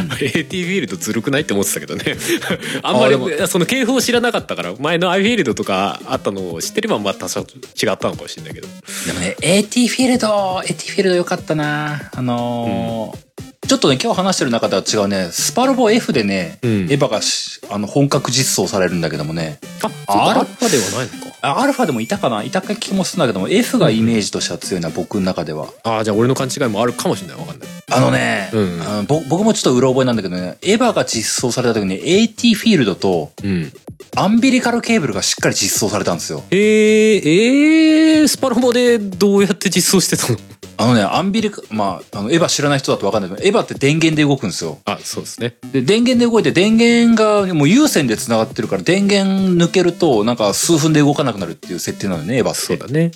B: AT フィールドずるくないって思ってたけどね あんま
A: あで
B: りその系譜を知らなかったから前のアイフィールドとかあったのを知ってればまあ多少違ったのかもしれないけど
A: でもね、AT フィールド、AT フィールドよかったな。あのーちょっとね、今日話してる中では違うね、スパロボ F でね、
B: うん
A: エヴァがしあの本格実装されるんだけどもね、
B: あ
A: あ
B: アル
A: ら
B: ファではないのか
A: あアルファでもいたかないた気もするんだけども、F がイメージとしては強いな、僕の中では。
B: ああじゃあ俺の勘違いもあるかもしれないわかんない
A: あのね、
B: うん
A: あのぼ僕もちょっとうろ覚えなんだけどね、エヴァが実装された時に AT フィールドと
B: うん
A: アンビリカルケーブルがしっかり実装されたんですよ。
B: えー、えー、スパロボでどうやって実装してたの
A: あのね、アンビリカ、まあ、あの、エヴァ知らない人だとわかんないけど、エヴァって電源で動くんですよ。
B: あそうですね
A: で、電源で動いて、電源がもう有線で繋がってるから、電源抜けると、なんか数分で動かなくなるっていう設定なのね、エヴァって。
B: そうだね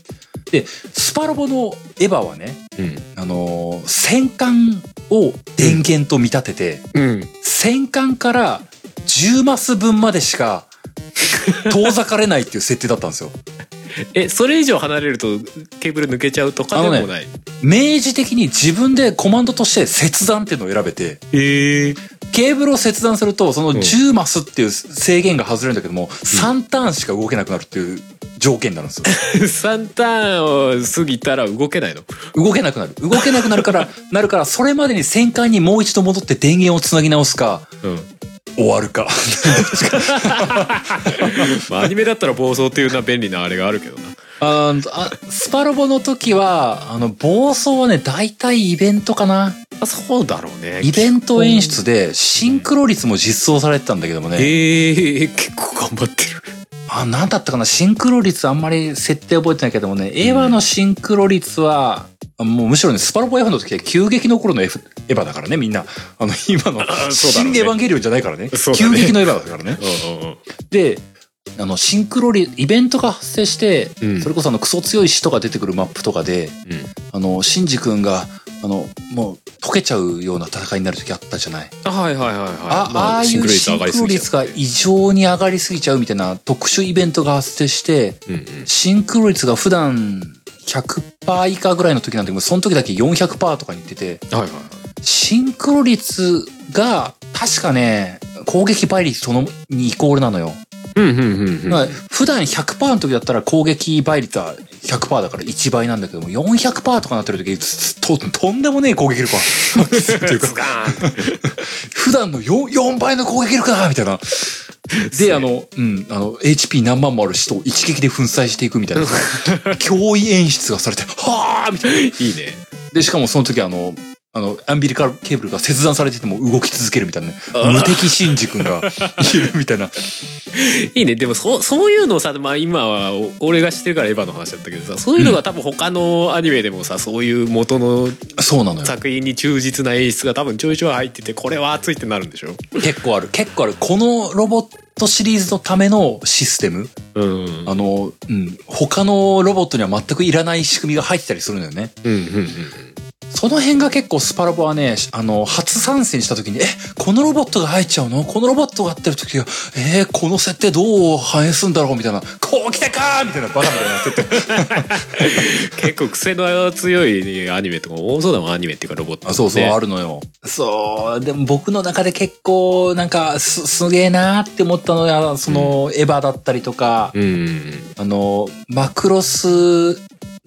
A: で、スパロボのエヴァはね、
B: うん
A: あのー戦艦を電源と見立てて、
B: うん
A: 戦艦から10マス分までしか遠ざかれないっていう設定だったんですよ。
B: えそれ以上離れるとケーブル抜けちゃうとかでもない、
A: 明示的に自分でコマンドとして切断っていうのを選べて、
B: ええー
A: ケーブルを切断すると、その
B: ん
A: 10マスっていう制限が外れるんだけども、3ターンしか動けなくなるっていう条件になるんですよ。
B: 3ターンを過ぎたら動けないの
A: 動けなくなる。動けなくなるから、 なるから、それまでに戦艦にもう一度戻って電源をつなぎ直すか、
B: うん
A: 終わるか。
B: まあアニメだったら暴走っていうのは便利なあれがあるけどな
A: あーあスパロボの時は、あの、暴走はね、大体イベントかな。
B: あそうだろうね
A: イベント演出で、シンクロ率も実装されてたんだけどもね。
B: ええ結構頑張ってる
A: あ、なんだったかな、シンクロ率あんまり設定覚えてないけどもね、エヴァのシンクロ率は、あもうむしろね、スパロボ F の時は急激の頃の F エヴァだからね、みんな。あの、 今の
B: あ、そうだろうね
A: 新エヴァンゲリオンじゃないからね。
B: そうだ
A: 急
B: ね
A: 激のエヴァだからね。
B: うんうんうん
A: で、あの、シンクロリ、イベントが発生して、
B: うん
A: それこそあの、クソ強い死とか出てくるマップとかで、
B: うん
A: あの、シンジ君が、あの、もう、溶けちゃうような戦いになる時あったじゃない。
B: あはいはいはいはい
A: あ、
B: ま
A: あ、あいうシンクロ
B: ちゃ
A: 率が異常に上がりすぎちゃうみたいな特殊イベントが発生して、
B: うんうん
A: シンクロ率が普段100%以下ぐらいの時なんだけど、その時だけ400%とかにいってて、
B: はいはい
A: シンクロ率が確かね、攻撃倍率そのにイコールなのよ。
B: うんうんうんうん
A: まあ普段100%の時だったら攻撃倍率は100%だから1倍なんだけども、400%とかなってる時、つと、とんでもねえ攻撃力は。っていうか
B: ズガーンって
A: 普段の 4, 4倍の攻撃力だみたいな。
B: すげえ
A: で、あの、うん、あの、HP 何万もある人を一撃で粉砕していくみ たいな、脅威演出がされて、はぁみたいな。
B: いいね
A: で、しかもその時あの、あの、アンビリカルケーブルが切断されてても動き続けるみたいなね。
B: あー
A: 無敵シンジ君 がいるみたいな。
B: いいねでもそそういうのをさ、まあ、今はお俺が知ってるからエヴァの話だったけどさそういうのが多分他のアニメでもさそういう元の
A: そうなのよ。
B: 作品に忠実な演出が多分ちょいちょい入っててこれは熱いってなるんでしょ
A: 結構ある。結構ある。このロボットシリーズのためのシステム。
B: うんうん
A: あの、うん。他のロボットには全くいらない仕組みが入ってたりするのよね。
B: うんうん
A: その辺が結構スパロボはね、あの、初参戦した時に、え、このロボットが入っちゃうのこのロボットが入ってる時が、えーこの設定どう反映すんだろうみたいな、こう来たかーみたいなバカみたいになってて。
B: 結構癖の強いアニメとか多そうだもんアニメっていうかロボット、ね、
A: あそうそう、あるのよ。そう、でも僕の中で結構、なんか、す、すげえなーって思ったのが、その、エヴァだったりとか、
B: うんうんうん
A: あの、マクロス、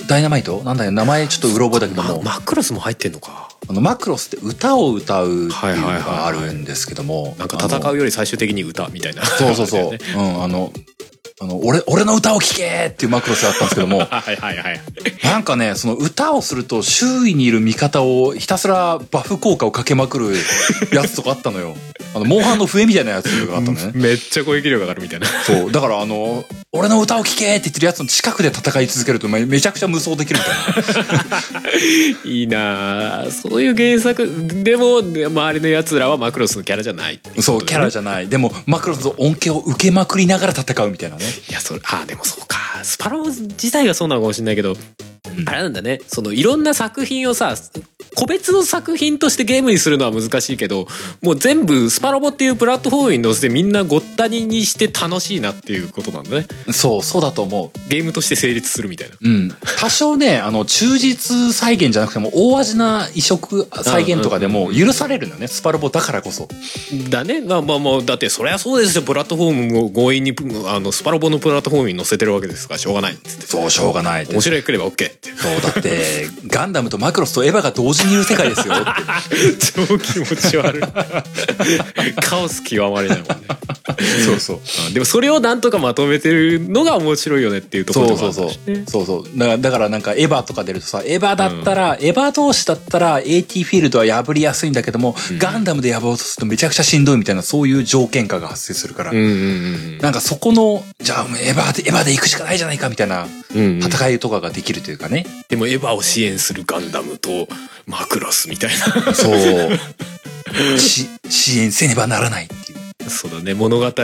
A: ダイナマイトなんだよ、名前ちょっとうろ覚えだけども。
B: まマクロスも入ってんのか
A: あの、マクロスって歌を歌うって
B: はい
A: いう
B: は
A: の
B: いはいはい
A: があるんですけども。
B: なんか
A: あの
B: 戦うより最終的に歌みたいな
A: そうそうそう。
B: ね
A: うん、あの、あの、俺、俺の歌を聴けっていうマクロスだったんですけども、
B: はいはいはい
A: なんかね、その歌をすると周囲にいる味方をひたすらバフ効果をかけまくるやつとかあったのよ。あの、モンハンの笛みたいなやつがあったのね。
B: めっちゃ攻撃力上がるみたいな
A: そう。だからあの、俺の歌を聴けって言ってるやつの近くで戦い続けるとめめちゃくちゃ無双できるみたいな。
B: いいなあそういう原作でも周りのやつらはマクロスのキャラじゃないっていことだ
A: そ
B: よ
A: う、
B: ね
A: キャラじゃない。でも、マクロスの恩恵を受けまくりながら戦うみたいなね。
B: いやそれあでもそうかスパロー自体がそうなのかもしれないけど、あれなんだねそのいろんな作品をさ個別の作品としてゲームにするのは難しいけどもう全部スパロボっていうプラットフォームに載せてみんなごったににして楽しいなっていうことなんだね
A: そう、そうだと思う。
B: ゲームとして成立するみたいな
A: うん。多少ね、あの、忠実再現じゃなくても、大味な移植再現とかでも許されるのよね、スパルボだからこそ。
B: だねまあまあまあだってそりゃそうですよプラットフォームを強引にあのスパロボのプラットフォームに載せてるわけですからしょうがないっつって
A: そう、しょうがないって
B: 面。白いくれば OK って
A: そう、だって、 ガンダムとマクロスとエヴァが同時にいる世界ですよって。
B: 超気持ち悪い カオス極まりないもんね
A: そうそう。
B: うんでもそれをなんとかまとめてるのが面白いよねっていうとこ
A: そう
B: ろでもあ
A: そう
B: るし
A: そう
B: ね。
A: そうそう。だからだからなんかエヴァとか出るとさ、エヴァだったら、エヴァ同士だったら AT フィールドは破りやすいんだけども、ガンダムで破ろうとするとめちゃくちゃしんどいみたいな、そういう条件下が発生するから。
B: うんうん
A: なんかそこの、じゃあエヴァで、エヴァで行くしかないじゃないかみたいな
B: うんうんうん
A: 戦いとかができるというかね。
B: でもエヴァを支援するガンダムとマクロスみたい
A: そう。 し、支援せねばならないっていう。
B: な そうだね物語と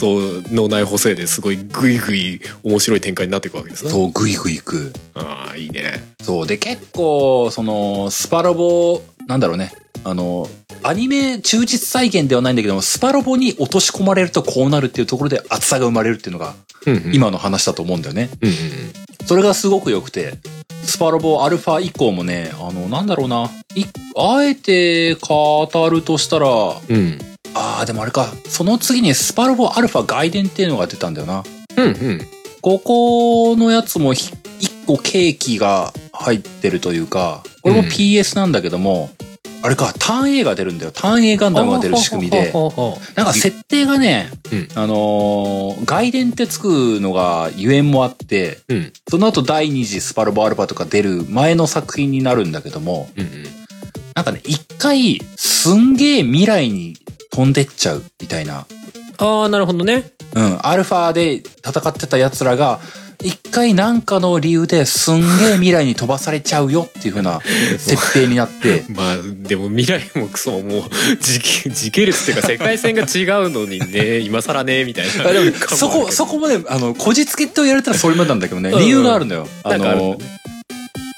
B: 脳内補正ですごいグイグイ面白い展開になっていくわけですね
A: そう、ぐいぐい行く。
B: ああいいね
A: そう。で、結構、その、スパロボ、なんだろうね。あの、アニメ忠実再現ではないんだけども、スパロボに落とし込まれるとこうなるっていうところで厚さが生まれるっていうのが、今の話だと思うんだよね。
B: うんうん
A: それがすごく良くて、スパロボアルファ以降もね、あの、なんだろうな。いあえて語るとしたら、
B: うんうん
A: あー、でもあれか。その次にスパロボアルファ外伝っていうのが出たんだよな。
B: うんうん
A: ここのやつもひ一個ケーキが入ってるというか、これも
B: うん
A: PS なんだけども、あれか、ターン A が出るんだよ。ターン A ガンダムが出る仕組みで、
B: ほうほうほうほう
A: なんか設定がね、
B: うん
A: あのー外伝ってつくのがゆえんもあって、
B: うん
A: その後第2次スパルボアルファとか出る前の作品になるんだけども、
B: うんうん
A: なんかね、一回すんげえ未来に飛んでっちゃうみたいな
B: ああなるほどね
A: うん、アルファで戦ってた奴らが、一回なんかの理由ですんげえ未来に飛ばされちゃうよっていう 風な設定になって、
B: まあでも未来もクソももう 時系時系列っていうか世界線が違うのに ね今更ねみたいな
A: あでもそこ、そこもね、あの、こじつけと言われたらそれまでなんだけどね、理由があるのよ。
B: うん
A: あ
B: なんかある
A: の、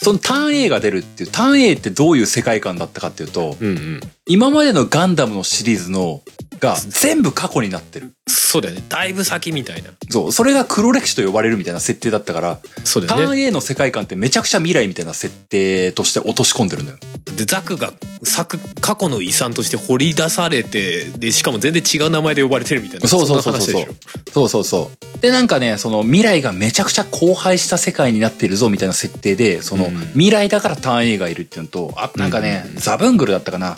A: そのターン A が出るっていう、ターン A ってどういう世界観だったかっていうと、
B: うんうん
A: 今までのガンダムのシリーズの、が全部過去になってる。
B: そうだよねだいぶ先みたいな
A: そう、それが黒歴史と呼ばれるみたいな設定だったから、
B: そうだ
A: タ
B: よ
A: ー
B: ね
A: ン A の世界観ってめちゃくちゃ未来みたいな設定として落とし込んでるのよ。
B: でザクが作過去の遺産として掘り出されてでしかも全然違う名前で呼ばれてるみたいな
A: そうそうそ
B: ん
A: う
B: な
A: そ
B: 話で
A: う
B: しょ
A: そうそうそう。で、なんかね、その未来がめちゃくちゃ荒廃した世界になっているぞみたいな設定で、その
B: うん
A: 未来だからターン A がいるっていうのと、あ、なんかね、ザブングルだったかな。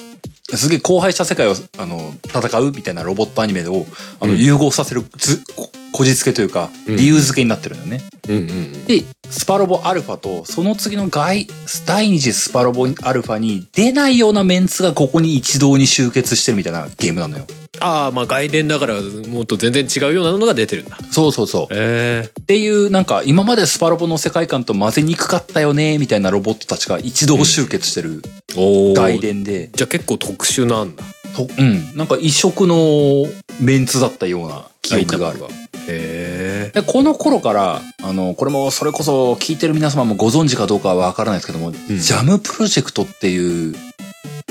A: すげえ荒廃した世界を、あの、戦うみたいなロボットアニメを、あの、
B: うん
A: 融合させるず、ここじつけというか、
B: うん
A: 理由付けになってるんだよね。
B: うんうんうん
A: で、スパロボアルファと、その次の外、第二次スパロボアルファに出ないようなメンツがここに一堂に集結してるみたいなゲームなのよ。
B: ああまあ外伝だからもっと全然違うようなのが出てるんだ
A: そうそうそう。
B: ええ
A: っていう、なんか、今までスパロボの世界観と混ぜにくかったよね、みたいなロボットたちが一堂集結してる
B: おお
A: 外
B: じ
A: 伝で、
B: ゃあ結構特殊なんだ
A: とうん、なんか異色のメンツだったような記憶がある。
B: へ
A: で
B: え
A: この頃から、あの、これもそれこそ聞いてる皆様もご存知かどうかはわからないですけども、ジャムプロジェクトっていう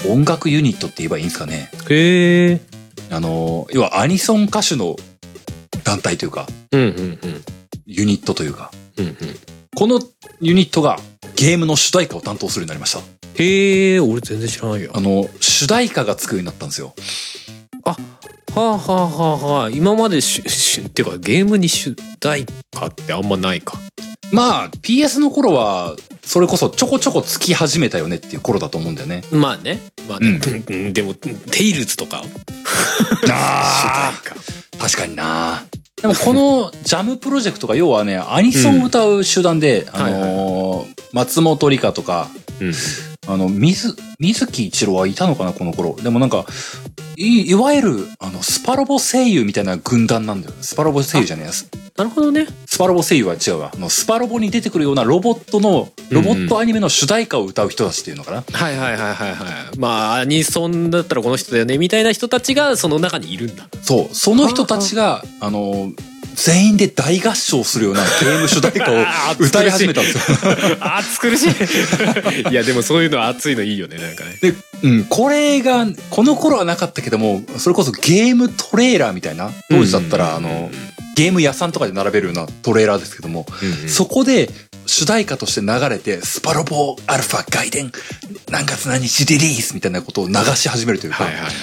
A: 音楽ユニットって言えばいいんですかね。
B: へえ
A: あの、要はアニソン歌手の団体というか、
B: うんうんうん
A: ユニットというか、
B: うんうん
A: このユニットがゲームの主題歌を担当するようになりました。
B: へえ俺全然知らないよ
A: あの、主題歌がつくようになったんですよ。
B: はあはあはあはあ今までししっていうかゲームに主題歌ってあんまないか
A: まあ、PS の頃は、それこそちょこちょこつき始めたよねっていう頃だと思うんだよね。
B: まあねまあね、
A: う
B: うん、でも「テイルズ」とか
A: あ
B: 主題歌
A: あ、確かにな。でもこのジャムプロジェクトが要はね、アニソンを歌う集団で、あのー松本里香とか、
B: うん
A: あの、水、水木一郎はいたのかな、この頃。でもなんか、いいわゆる、あの、スパロボ声優みたいな軍団なんだよね。スパロボ声優じゃねえや。ス
B: なるほどね
A: スパロボ声優は違うわ。あの、スパロボに出てくるようなロボットの、ロボットアニメの主題歌を歌う人たちっていうのかな。
B: はいはいはいはいはいまあアニソンだったらこの人だよねみたいな人たちがその中にいるんだ
A: そう、その人たちが、あの、全員で大合唱するようなゲーム主題歌 を歌い始めたんですよ。
B: あ暑苦し いいやでもそういうのは熱いのいいよねなんかね
A: で、うん、これが、この頃はなかったけども、それこそゲームトレーラーみたいな、当時だったら、あ
B: うんうんうん
A: の、ゲーム屋さんとかで並べるようなトレーラーですけども、そこで主題歌として流れて、スパロボアルファ外伝、何月何日リリースみたいなことを流し始めるというか、
B: はいはいはいはい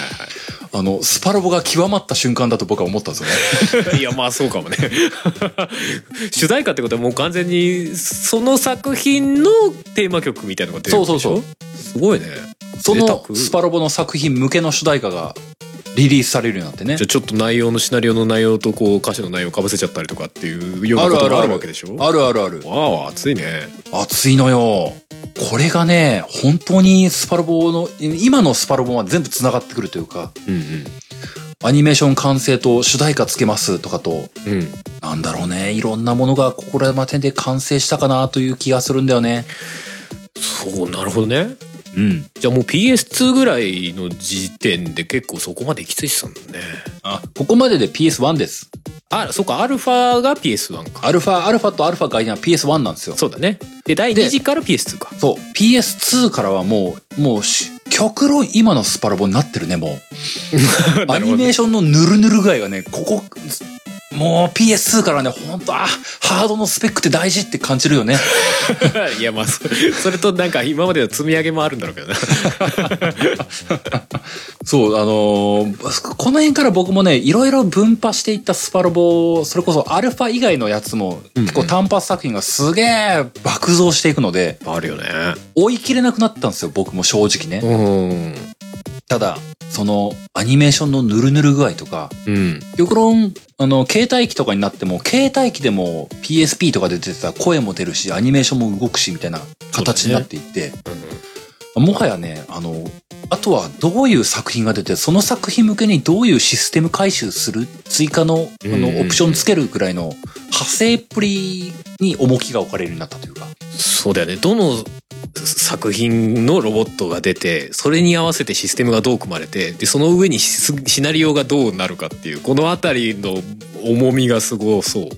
A: あの、スパロボが極まった瞬間だと僕は思ったんですよね。
B: いやまあそうかもね 主題歌ってことはもう完全にその作品のテーマ曲みたいなのが出るんでしょ
A: そうそう
B: すごいね
A: そ
B: 贅
A: の
B: 沢
A: スパロボの作品向けの主題歌がリリースされるようになってね
B: じゃあ。ちょっと内容のシナリオの内容とこう歌詞の内容をかぶせちゃったりとかっていうようなこともあるわけでしょ
A: あるあるある。
B: わあ熱いね
A: 熱いのよ。これがね、本当にスパロボの、今のスパロボは全部繋がってくるというか、
B: うん
A: アニメーション完成と主題歌つけますとかと、
B: うんうん
A: なんだろうね、いろんなものがここらまでで完成したかなという気がするんだよね。
B: そうなるほどね
A: うん。
B: じゃあもう PS2 ぐらいの時点で結構そこまで行き着いてたんだね
A: あ、ここまでで PS1 です。
B: あそっかアルファが PS1 か
A: アルファ、アルファとアルファ外伝は PS1 なんですよ。
B: そうだねで第2次から PS2 か
A: そう。PS2 からはもう、もうし、極論今のスパロボになってるね、も う。アニメーションのぬるぬる具合がね、ここ、もう PS2 からね、ほんと、あ、ハードのスペックって大事って感じるよ ね。
B: いやまあそそれとなんか今までの積み上げもあるんだろうけど な
A: そう、あのーこの辺から僕もね、いろいろ分派していったスパロボ、それこそアルファ以外のやつも、
B: うんうん
A: 結構単発作品がすげえ爆増していくので、
B: あるよね
A: 追い切れなくなったんですよ、僕も正直ね。
B: うん
A: ただ、そのアニメーションのぬるぬる具合とか、
B: うん
A: 極論、あの、携帯機とかになっても、携帯機でも PSP とかで出てたら声も出るし、アニメーションも動くし、みたいな形になっていって、もはやね、あの、あとはどういう作品が出て、その作品向けにどういうシステム回収する、追加の、あ
B: うんうんう
A: の、
B: ん
A: オプションつけるぐらいの火星っぷりに重きが置かれるようになったというか。
B: そうだよねどの作品のロボットが出てそれに合わせてシステムがどう組まれてでその上にシシナリオがどうなるかっていうこの辺りの重みがすごそう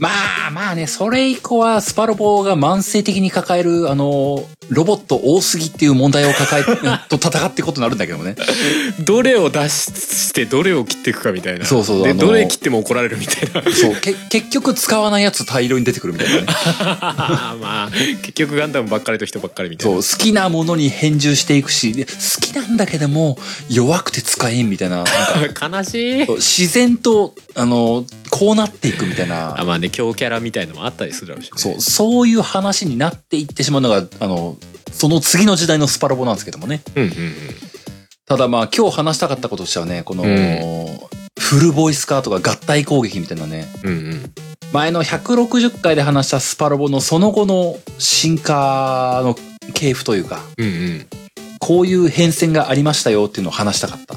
A: まあまあね、それ以降はスパロボが慢性的に抱える、あの、ロボット多すぎっていう問題を抱え、 と戦っていくことになるんだけどもね。
B: どれを出してどれを切っていくかみたいな
A: そうそう
B: で
A: あの
B: どれ切っても怒られるみたいな
A: そう、け結局使わないやつ大量に出てくるみたいなね。
B: まあ結局ガンダムばっかりと人ばっかりみたい
A: そう、
B: な
A: 好きなものに返従していくし、で好きなんだけども、弱くて使えんみたいな、なんか
B: 悲しい
A: そう自然と、あの、こうなっていくみたいな
B: あ。まあね強キャラみたいのもあったりするだろうし、ね、
A: そう、そういう話になっていってしまうのが、あの、その次の時代のスパロボなんですけどもね。
B: うんうんうん
A: ただまあ今日話したかったこととしてはね、この、
B: うん
A: フルボイスカートが合体攻撃みたいなね、
B: うんうん
A: 前の160回で話したスパロボのその後の進化の系譜というか、
B: うんうん
A: こういう変遷がありましたよっていうのを話したかった。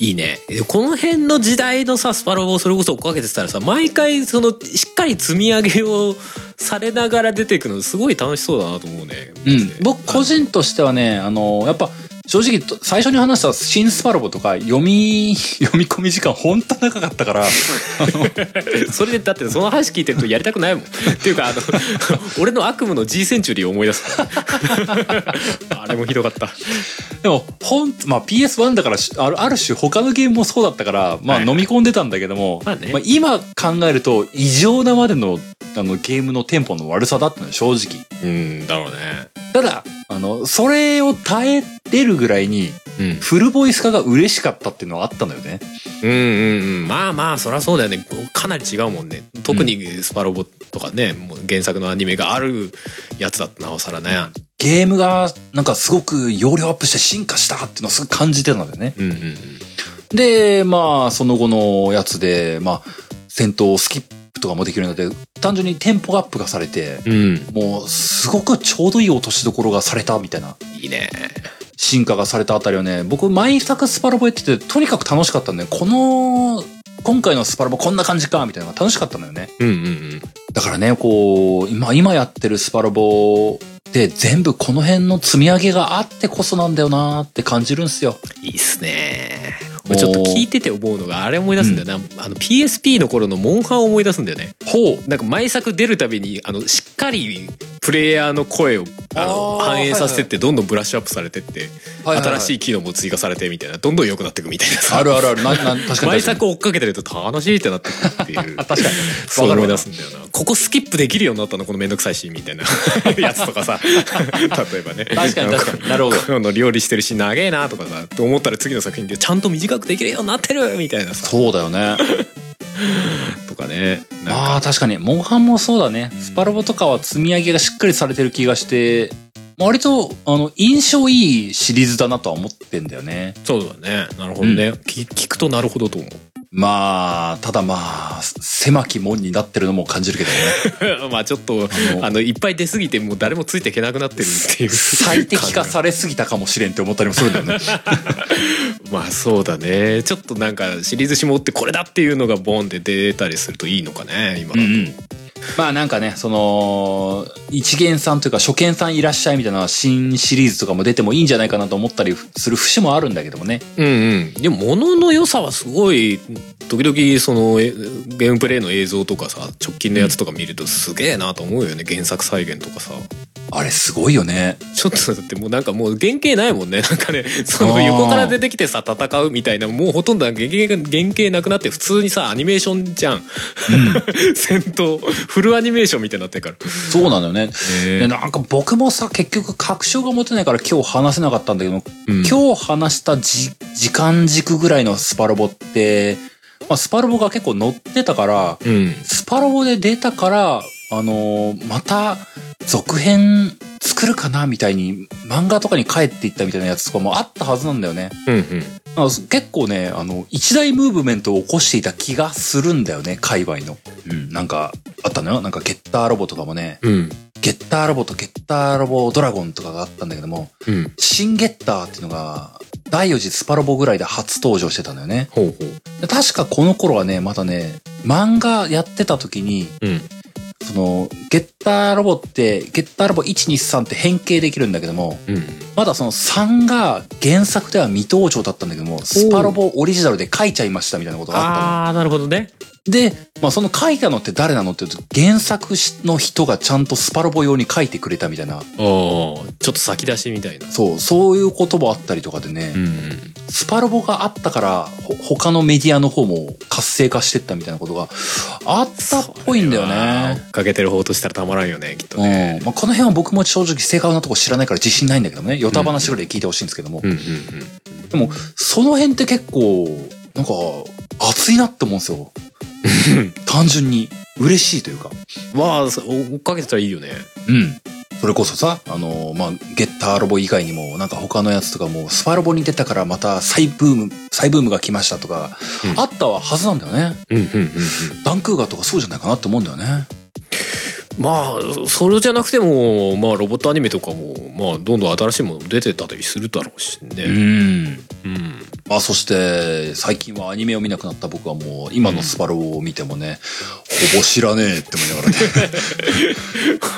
B: いいねでこの辺の時代のさスパロボをそれこそ追っかけてたらさ毎回そのしっかり積み上げをされながら出ていくのすごい楽しそうだなと思うね
A: うん。僕個
B: あ
A: 人としてはね、あの、やっぱ、正直と、最初に話した新スパロボとか、読み、 読み込み時間ほんと長かったから、
B: のそれでだってその話聞いてるとやりたくないもんっていうかあの俺の悪夢の G センチュリーを思い出すあれもひどかった
A: でも、ほん、まあ PS1 だからし、あるある種他のゲームもそうだったから、まあ
B: はい
A: 飲み込んでたんだけども、
B: まあね
A: 今考えると異常なまでの、あの、ゲームのテンポの悪さだったのよ正直。
B: うんだろうね
A: ただ、あの、それを耐えれるぐらいに、
B: うん
A: フルボイス化が嬉しかったっていうのはあったのよね。
B: うんうんうんまあまあそりゃそうだよねかなり違うもんね特にスパロボとかね、もう原作のアニメがあるやつだとなおさらね
A: ゲームが、なんかすごく容量アップして進化したっていうのをすごく感じてたんだよね。
B: うんうんうん
A: で、まあ、その後のやつで、まあ、戦闘スキップとかもできるようになって、単純にテンポアップがされて、
B: うん
A: もう、すごくちょうどいい落としどころがされたみたいな、
B: いいね
A: 進化がされたあたりはね、僕、毎作スパロボやってて、とにかく楽しかったんで、この、今回のスパロボこんな感じか、みたいなのが楽しかったのよね。
B: うんうんうん
A: だからね、こう、今、今やってるスパロボで全部この辺の積み上げがあってこそなんだよなーって感じるんすよ。
B: いいっすね
A: おー
B: ちょっと聞いてて思うのがあれ思い出すんだよな、あの PSP の頃のモンハンを思い出すんだよね
A: ほう。
B: なんか毎作出るたびにあのしっかりプレイヤーの声をあの
A: あー
B: 反映させてってどんどんブラッシュアップされてって、新し
A: い。
B: い機能も追加されてみたいなどんどん良くなっていくみたいなさ
A: あるあるある。な、な、確かに確かに。
B: 毎作追っかけてると楽しいってなってくるって いう
A: 確かに。
B: そう
A: わかる
B: 思い出
A: わ
B: すんだよなここスキップできるようになったのこのめんどくさいシーンみたい なやつとかさ例えばね
A: 確かに確かになるほど
B: こういうの料理してるし長えなとかさと思ったら次の作品でちゃんと短くできるようになってるみたいなさ
A: そうだよね。
B: とか ねなんか
A: ああ、確かに。モンハンもそうだね。スパロボとかは積み上げがしっかりされてる気がして、割と、あの、印象いいシリーズだなとは思ってんだよね。
B: そうだねなるほどね、聞聞くとなるほどと思 う
A: まあ、ただまあ、狭き門になってるのも感じるけ どね。
B: まあちょっとあの
A: の
B: いっぱい出すぎてもう誰もついていけなくなってるっていう
A: 最適化
B: 感じが
A: されすぎたかもしれんって思ったりもするんだよね。
B: まあそうだねちょっとなんかシリーズ絞ってこれだっていうのがボンって出たりするといいのかね今だと
A: うんまあなんかね、その、一元さんというか初見さんいらっしゃいみたいな新シリーズとかも出てもいいんじゃないかなと思ったりする節もあるんだけどもね。
B: うんうん、でも物の良さはすごい時々そのえゲームプレイの映像とかさ直近のやつとか見るとすげえなと思うよね原作再現とかさ
A: あれすごいよね。
B: ちょっとだってもうなんかもう原型ないもんねなんかねその
A: あー
B: 横から出てきてさ戦うみたいなもうほとんど原型が原型なくなって普通にさアニメーションじゃん、 戦闘フルアニメーションみたいになってるから
A: そうなんだよね。
B: え
A: でなんか僕もさ、結局確証が持てないから今日話せなかったんだけど、
B: うん
A: 今日話したじ時間軸ぐらいのスパロボって、まあ、スパロボが結構乗ってたから、
B: うん
A: スパロボで出たから、あのーまた続編作るかなみたいに漫画とかに帰っていったみたいなやつとかもあったはずなんだよね。
B: うんうん
A: なんか結構ね、あの、一大ムーブメントを起こしていた気がするんだよね、界隈の。うん、なんか、あったのよ。なんかゲッターロボとかもね、
B: うん
A: ゲッターロボとゲッターロボドラゴンとかがあったんだけども、
B: うん
A: 新ゲッターっていうのが第4次スパロボぐらいで初登場してたんだよね。
B: ほうほう。
A: で確かこの頃はね、まだね、漫画やってた時に、
B: うん。
A: その、ゲッターロボって、ゲッターロボ123って変形できるんだけども、
B: うん。
A: まだその3が原作では未登場だったんだけども、スパロボオリジナルで書いちゃいましたみたいなことがあったの。
B: ああ、なるほどね。
A: で、まあ、その書いたのって誰なのって言うと、原作の人がちゃんとスパロボ用に書いてくれたみたいな、
B: おーちょっと先出しみたいな。
A: そう、そういうこともあったりとかでね、
B: うん。
A: スパロボがあったから、ほ他のメディアの方も活性化してったみたいなことがあったっぽいんだよね。
B: かけてる方としたらたまらんよね、きっと
A: うん
B: ね。
A: まあ、この辺は僕も正直正確なとこ知らないから自信ないんだけどね、ヨタ話ぐらいで聞いてほしいんですけども、
B: うんうん
A: でも、その辺って結構、なんか、熱いなって思うんです よ。単純に。嬉しいというか。
B: うん。わあ、そ追っかけてたらいいよね。
A: うん。それこそさ、あのまあ、ゲッターロボ以外にも、なんか他のやつとかも、スパロボに出たからまた再ブーム、再ブームが来ましたとか、
B: うん
A: あったはずなんだよね。
B: うんうんうんうん。
A: ダンクーガーとかそうじゃないかなって思うんだよね。
B: まあ、それじゃなくても、まあ、ロボットアニメとかも、まあ、どんどん新しいもの出てたりするだろうし
A: う
B: ね。
A: ん。
B: うん。
A: まあそして、最近はアニメを見なくなった僕はもう、今のスパロボを見てもね、ほぼ知らねえって思いなが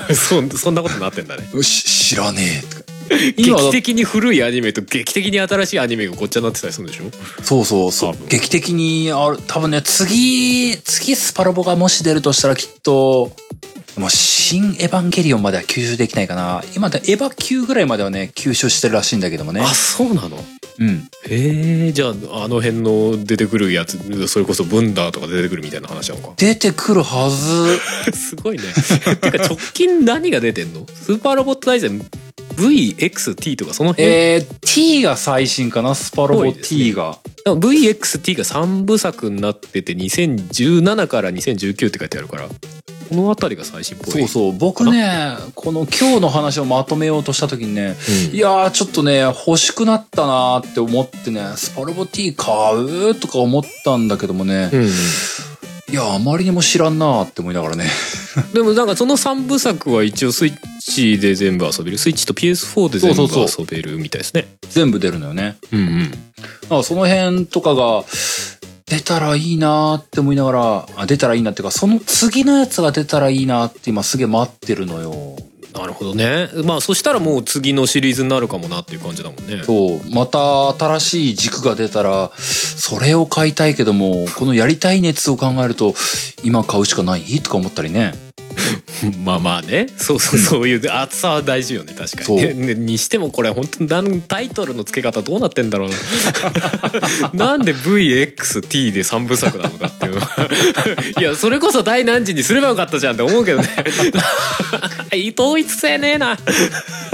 A: ら ね、
B: そん そんなことになってんだね。
A: し知らねえとか。今だ
B: 劇的に古いアニメと劇的に新しいアニメがごっちゃになってたりするんでしょ
A: そうそうそ
B: 多分
A: う。劇的に、ある多分ね、次、次スパロボがもし出るとしたらきっと、もう、新エヴァンゲリオンまでは吸収できないかな。今でエヴァ級ぐらいまではね、吸収してるらしいんだけどもね。
B: あそうなの
A: うん。
B: へえじゃああの辺の出てくるやつそれこそブンダーとか出てくるみたいな話なのか
A: 出てくるはず。
B: すごいね てか直近何が出てんのスーパーロボット大戦 VXT とかその辺、
A: えー、T が最新かな、スパロ
B: 多
A: ボ
B: いですね
A: T が。
B: VXT が3部作になってて2017から2019って書いてあるからこの辺りが最新っぽい
A: そうそう。僕ね、この今日の話をまとめようとした時にね、
B: うん
A: いやー、ちょっとね、欲しくなったなーって思ってね、スパロボ T 買うとか思ったんだけどもね、
B: うんうん
A: いや、あまりにも知らんなーって思いながらね。
B: でもなんかその3部作は一応スイッチで全部遊べるスイッチと PS4 で全部
A: そうそうそ
B: 遊べるみたいですね
A: 全部出るのよね。
B: うんうん
A: あその辺とかが、出たらいいなーって思いながら、あ出たらいいなっていうか、その次のやつが出たらいいなーって今すげえ待ってるのよ。
B: なるほどねまあそしたらもう次のシリーズになるかもなっていう感じだもんね
A: そう、また新しい軸が出たら、それを買いたいけども、このやりたい熱を考えると、今買うしかないとか思ったりね。
B: まあまあねそうそうそういう厚さは大事よね確かに
A: そ
B: ね
A: う
B: ねにしてもこれ本当になんタイトルの付け方どうなってんだろう ななんで VXT で3部作なのかっていうのは いやそれこそ第何次にすればよかったじゃんって思う けどね統一性ねえな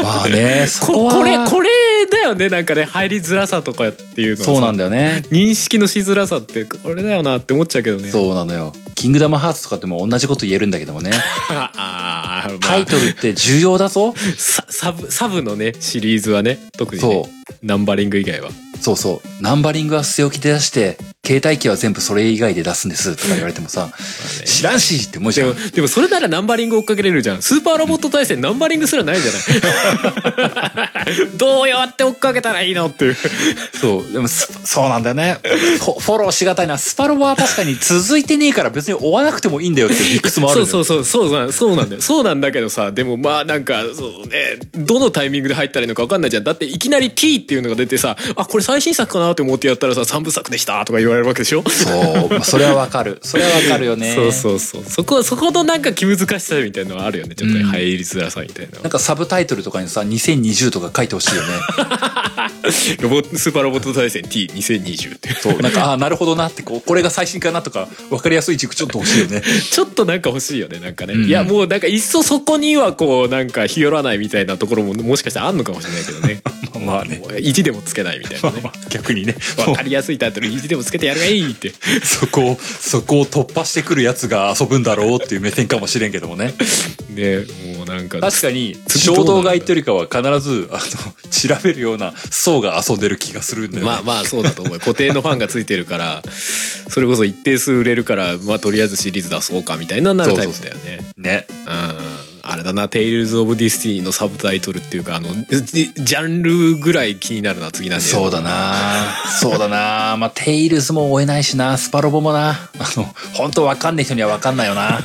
A: まあね、そこ
B: こ
A: は
B: これこれだよねなんかね入りづらさとかっていうのはさ
A: そうなんだよね。
B: 認識のしづらさってこれだよなって思っちゃうけどね
A: そうなのよ。キングダムハーツとかっても同じこと言えるんだけどもね。
B: ああ、まあ
A: タイトルって重要だぞ。
B: ササブサブのねシリーズはね特に、ね
A: そ、
B: ナンバリング以外は
A: そうそう。ナンバリングは据え置きで出して、携帯機は全部それ以外で出すんですとか言われてもさ、知らんしって思うじ
B: で
A: ゃ
B: も
A: ん。
B: でもそれならナンバリング追っかけれるじゃんスーパーロボット対戦ナンバリングすらないんじゃない どうやって追っかけたらいいのっていう
A: そう。でもス、 そうなんだよね。フォフォローしがたいな。スパロボは確かに続いてねえから別に追わなくてもいいんだよって いう理屈もある
B: そ
A: ん
B: う
A: だよ
B: そうそうそうなんそうなんだよそうなんだけどさでもまあなんかそうねどのタイミングで入ったらいいのか分かんないじゃんだっていきなり T っていうのが出てさあこれ最新作かなって思ってやったらさ3部作でしたとか言われるわけでしょ
A: そう。まあそれはわかる。それはわかるよね。
B: そうそうそうそこそこのなんか気難しさみたいなのはあるよねちょっとね
A: うん
B: 入りづらさみたいな、
A: なんかサブタイトルとかにさ、2020とか書いてほしいよね。
B: ロボスーパーロボット対戦 T2020 って
A: そう。なんか、ああ、なるほどなって、こう、これが最新かなとか、わかりやすい軸ちょっと欲しいよね。
B: ちょっとなんか欲しいよねなんかね、
A: うん
B: いやもうなんかいっそそこにはこうなんか日和らないみたいなところももしかしたらあんのかもしれないけど ね
A: まあね。
B: もう意地でもつけないみたいなね
A: 逆にね。
B: わかりやすいタイトル意地でもつけてやるがいいって
A: そこを、そこを突破してくるやつが遊ぶんだろうっていう目線かもしれんけどもね。
B: ねもうなんか
A: 確かに、
B: 次どう
A: 衝
B: なる
A: 動買いというよりかは必ず、あの、調べるような層が遊んでる気がするんだよね。
B: まあまあそうだと思う固定のファンがついてるからそれこそ一定数売れるからまあとりあえずシリーズ出そうかみたいなのになるタイプだよね
A: ね。
B: うんあれだな「テイルズ・オブ・ディスティニー」のサブタイトルっていうかあのジジャンルぐらい気になるな次なんで
A: そうだなそうだなまあ、テイルズも追えないしなスパロボもな。あの、本当わかんない人にはわかんないよな。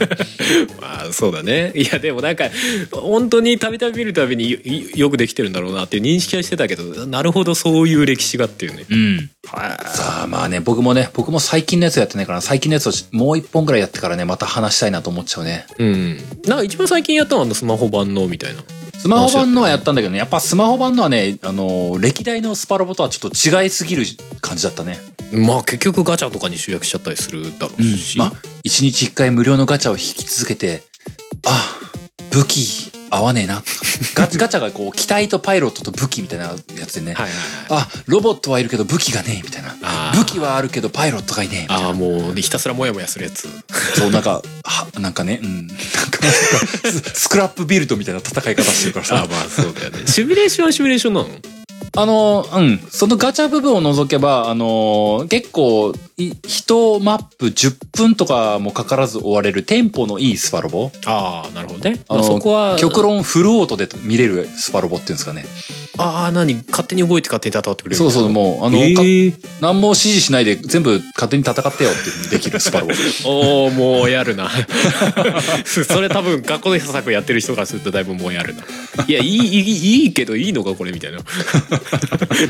B: まあそうだねいやでもなんか本当にたびたび見るたびによよくできてるんだろうなっていう認識はしてたけどなるほどそういう歴史がっていうね
A: うん。さあまあね、僕もね、僕も最近のやつやってないから、最近のやつをしもう一本ぐらいやってからね、また話したいなと思っちゃうね。
B: うんなんか一番最近やったのはあのスマホ版のみたいな
A: スマホ版のはやったんだけどね、やっぱスマホ版のはね、あの、歴代のスパロボとはちょっと違いすぎる感じだったね。
B: まあ結局ガチャとかに集約しちゃったりするだろうし、
A: まあ、一日一回無料のガチャを引き続けて、あ、武器合わねえな。ガ チャガチャがこう、機体とパイロットと武器みたいなやつでね。
B: はいはいはい
A: あ、ロボットはいるけど武器がねえみたいな
B: あ。ー
A: 武器はあるけどパイロットがいねえ。
B: ああもうひたすらモヤモヤするや つ
A: そう、なんか、は、なんかね、うん。 なんか、ススクラップビルドみたいな戦い方してるからさ。
B: あまあそうだよね シミュレーションはシミュレーションなの
A: あの、うん。そのガチャ部分を除けば、あの、結構、い一マップ10分とかもかからず終われるテンポのいいスパロボ。
B: ああなるほどね、
A: あ
B: まあ
A: の
B: そこは
A: 極論フルオートで見れるスパロボっていうんですかね。
B: ああ何勝手に動いて勝手に戦ってくれる
A: そうそう、もう、あ
B: あ
A: の、
B: え
A: か
B: ー、
A: 何も指示しないで全部勝手に戦ってよっていうふうにできるスパロボ。
B: おおもうやるな それ多分学校の作やってる人からするとだいぶもうやるないやいいいいいいけどいいのかこれみたいな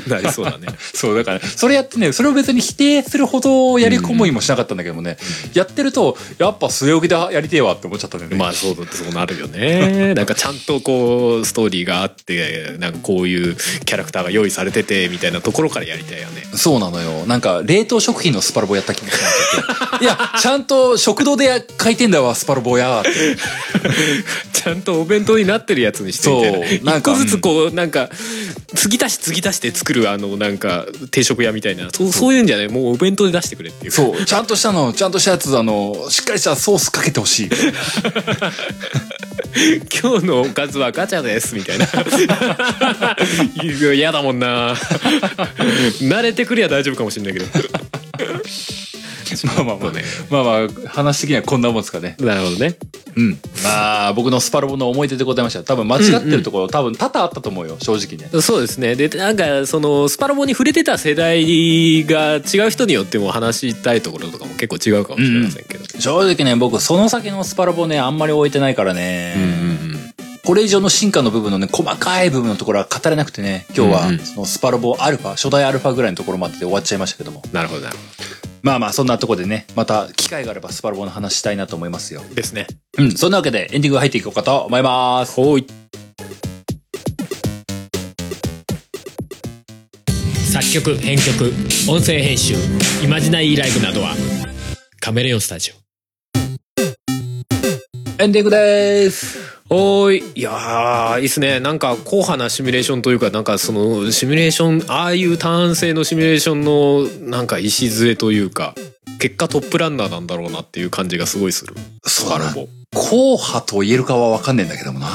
B: なりそうだね
A: そう、だから、それやってね、それを別に否定するほどやり込む意もしなかったんだけどもね、やってると、やっぱ据え置きでやりてえわって思っちゃったんだよね。
B: まあそうだってそうなるよねなんかちゃんとこうストーリーがあってなんかこういうキャラクターが用意されててみたいなところからやりたいよね
A: そうなのよ。なんか、冷凍食品のスパロボやった気もしな くて。いや、ちゃんと食堂でや回転だわ、スパロボやって。
B: ちゃんとお弁当になってるやつにしてみたいな
A: そうなん
B: 一
A: か
B: 個ずつこうなんか継ぎ足し継ぎ足して作るあのなんか定食屋みたいなそうそういうんじゃないもうお弁当で出してくれっていう
A: そう、ちゃんとしたの、ちゃんとしたやつ、あの、しっかりしたソースかけてほしい。
B: 今日のおかずはガチャですみたい ないや嫌だもんな慣れてくりゃ大丈夫かもしれないけど
A: まあまあまあ
B: そうね
A: まあまあ、話的にはこんなもんですかね。
B: なるほどね
A: うん。まあ、僕のスパロボの思い出でございました。多分間違ってるところ、多分多々あったと思うよ、正直ね。
B: そうですねでなんかそのスパロボに触れてた世代が違う人によっても話したいところとかも結構違うかもしれませんけど、
A: 正直ね、僕、その先のスパロボね、あんまり置いてないからね、これ以上の進化の部分のね、細かい部分のところは語れなくてね、今日
B: うんうん
A: は、そのスパロボアルファ、初代アルファぐらいのところまでで終わっちゃいましたけども。
B: なるほどなるほ
A: まあまあ、そんなとこでね、また機会があればスパロボの話したいなと思いますよ。
B: どですね
A: うん、そんなわけでエンディング入っていこうかと思います。
B: ほい
C: 作曲編曲音声編集イマジナイーライブなどはカメレオンスタジオ
A: エンディングです。
B: おーいいやーいいっすねなんか硬派なシミュレーションというかなんかそのシミュレーションああいう単性のシミュレーションのなんか礎というか結果トップランナーなんだろうなっていう感じがすごいする
A: そ
B: ス
A: うだ
B: パ
A: な
B: ロボ
A: 硬派と言えるかはわかんねえんだけどもな。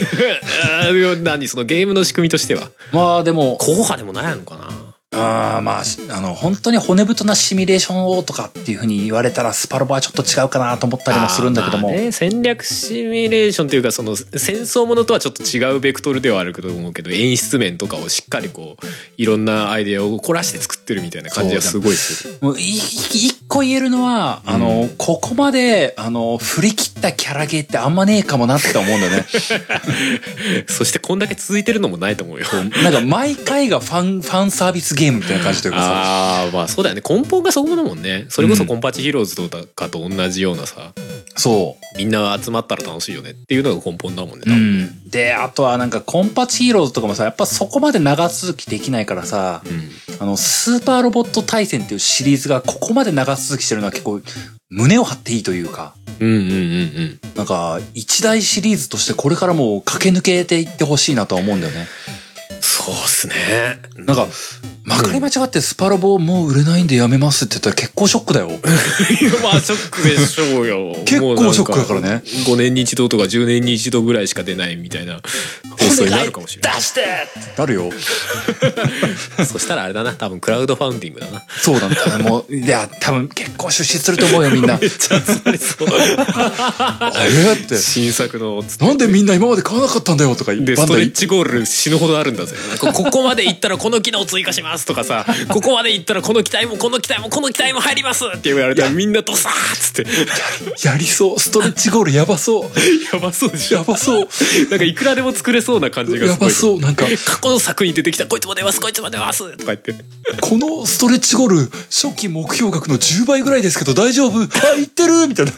B: あー何そのゲームの仕組みとしては
A: まあでも、
B: 硬派でもないのかな
A: あーまあ、しあの、本当に骨太なシミュレーションをとかっていうふうに言われたら、スパロボはちょっと違うかなと思ったりもするんだけども。
B: あーまあね、戦略シミュレーションというかその戦争ものとはちょっと違うベクトルではあるけど思うけど演出面とかをしっかりこういろんなアイデアを凝らして作ってるみたいな感じがすごいする
A: もういい一個言えるのは、あの、ここまで、あの、振り切ったキャラゲーってあんまねえかもなって思うんだよね。
B: そしてこんだけ続いてるのもないと 思うよ。
A: なんか毎回がファン、ファンサービスゲームみたいな感じというかさ。
B: ああまあそうだよね根本がそこだもんねそれこそコンパチヒーローズとかと同じようなさ
A: そ
B: みんな集まったら楽しいよねっていうのが根本だもんね、
A: う。うん。で、あとはなんかコンパチヒーローズとかもさ、やっぱそこまで長続きできないからさ、
B: うん
A: あの、スーパーロボット対戦っていうシリーズがここまで長続きしてるのは結構胸を張っていいというか、
B: うんうんうん
A: なんか一大シリーズとしてこれからもう駆け抜けていってほしいなとは思うんだよね。
B: うんそそうっすね。
A: なんか、まかり間違ってスパロボもう売れないんでやめますって言ったら結構ショックだ よ。
B: いやまあショックでしょう よ
A: 結構ショックだからね
B: もうなん5年に一度とか10年に一度ぐらいしか出ないみたいな放送になるかもしれない
A: 出してなるよ。
B: そしたらあれだな多分クラウドファウンディングだな
A: そうなんだね。もう、いや、多分結構出資すると思うよ、 みんな。え
B: ちゃそれそう
A: ーって。
B: 新作のつ
A: なんでみんな今まで買わなかったんだよとか言って
B: でストレッチゴール死ぬほどあるんだぜこここまでいったらこの機能追加しますとか さここまでいったらこの機体もこの機体もこの機体も入りますって言われ たらみんなドサーっつって
A: やりそう。ストレッチゴールやばそう。
B: やばそうでしょ
A: やば そう。
B: なんかいくらでも作れそうな感じがすごい
A: やばそう。なんか、
B: 過去の作品に出てきたこいつも出ますこいつも出ますとか言って
A: このストレッチゴール、初期目標額の10倍ぐらいですけど大丈夫あ、いってるみたいな。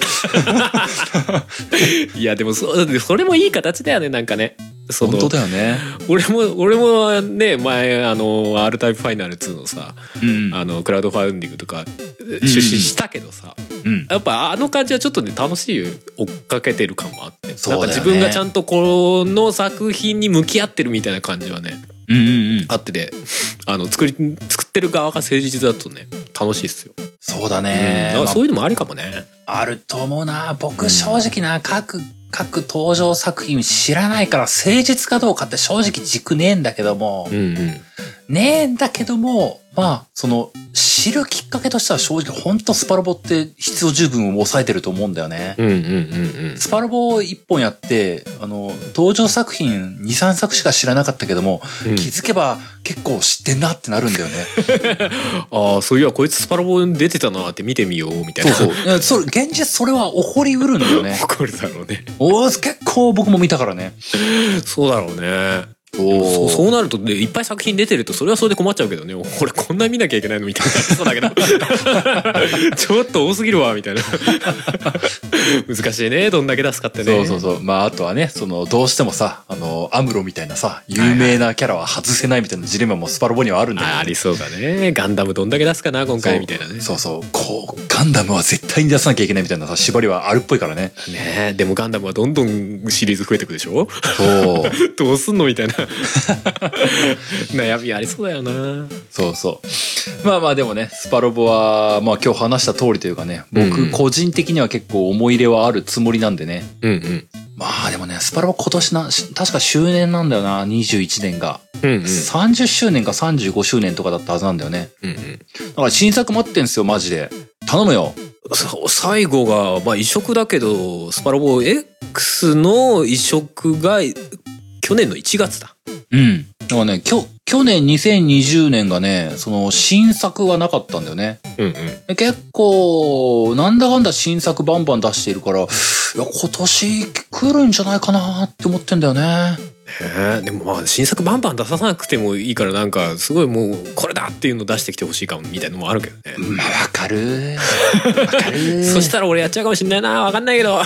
B: いやでもそそれもいい形だよねなんかねその
A: 本当だよね。
B: 俺も俺もね前あの R タイプファイナル2のさ、
A: うん
B: あのクラウドファウンディングとか出資したけどさ、
A: うん。
B: やっぱあの感じはちょっとね楽しいよ追っかけてる感もあって、
A: そうだ
B: なん
A: よ
B: か
A: ね
B: 自分がちゃんとこの作品に向き合ってるみたいな感じはね
A: うんうんうん。
B: あってであの作り作ってる側が誠実だとね楽しいっすよ、
A: そうだ
B: う
A: ね
B: ん。だからそういうのもありかもね、
A: あると思うな。僕正直な、各、各登場作品知らないから誠実かどうかって正直軸ねえんだけども、
B: うんうん
A: ねえんだけども、まあ、その、知るきっかけとしては正直ほんとスパロボって必要十分を抑えてると思うんだよね。
B: うんうんうん
A: スパロボを一本やって、あの、登場作品2、3作しか知らなかったけども、
B: うん
A: 気づけば結構知ってんなってなるんだよね。
B: ああそういやこいつスパロボに出てたなって見てみようみたい
A: そう
B: な
A: そう。いやそれ、現実それは起こりうるんだよね。
B: これだろうね
A: おー結構僕も見たからね。
B: そうだろうねそう
A: お
B: そうなるとねいっぱい作品出てるとそれはそれで困っちゃうけどね俺こんな見なきゃいけないのみたいなそうだけ どちょっと多すぎるわみたいな難しいねどんだけ出すかってね
A: そうそうそう。まあ、あとはね、その、どうしてもさ、あの、アムロみたいなさ、有名なキャラは外せないみたいなジレンマもスパロボにはあるんだよ、ね。
B: あありそうだねガンダムどんだけ出すかな今
A: そう
B: 回みたいなね
A: そうそう。こう、ガンダムは絶対に出さなきゃいけないみたいなさ、縛りはあるっぽいからね。
B: ねえでもガンダムはどんどんシリーズ増えてくでしょ
A: そう。
B: どうすんのみ たいな悩みありそうだよな
A: そうそう。まあまあでもね、スパロボは、まあ今日話した通りというかね、
B: うんう
A: 僕
B: ん
A: 個人的には結構思い入れはあるつもりなんでね。
B: うんうん
A: まあでもね、スパロボ今年な、し確か周年なんだよな、21年が。
B: うんうん
A: 30周年か35周年とかだったはずなんだよね。
B: うんうん
A: だから新作待ってんすよ、マジで。頼むよ。
B: さ最後が、まあ、移植だけどスパロボ X の移植が去年の1月だ
A: うん。だからね、きょ、去年2020年がね、その新作はなかったんだよね。
B: うんうん
A: で結構、なんだかんだ新作バンバン出しているから、いや、今年来るんじゃないかなって思ってんだよね。
B: でもまあ新作バンバン出さなくてもいいからなんかすごいもうこれだっていうの出してきてほしいかもみたいなのもあるけどね、
A: まあ、わかる。わか る。
B: そしたら俺やっちゃうかもしんないなわかんないけど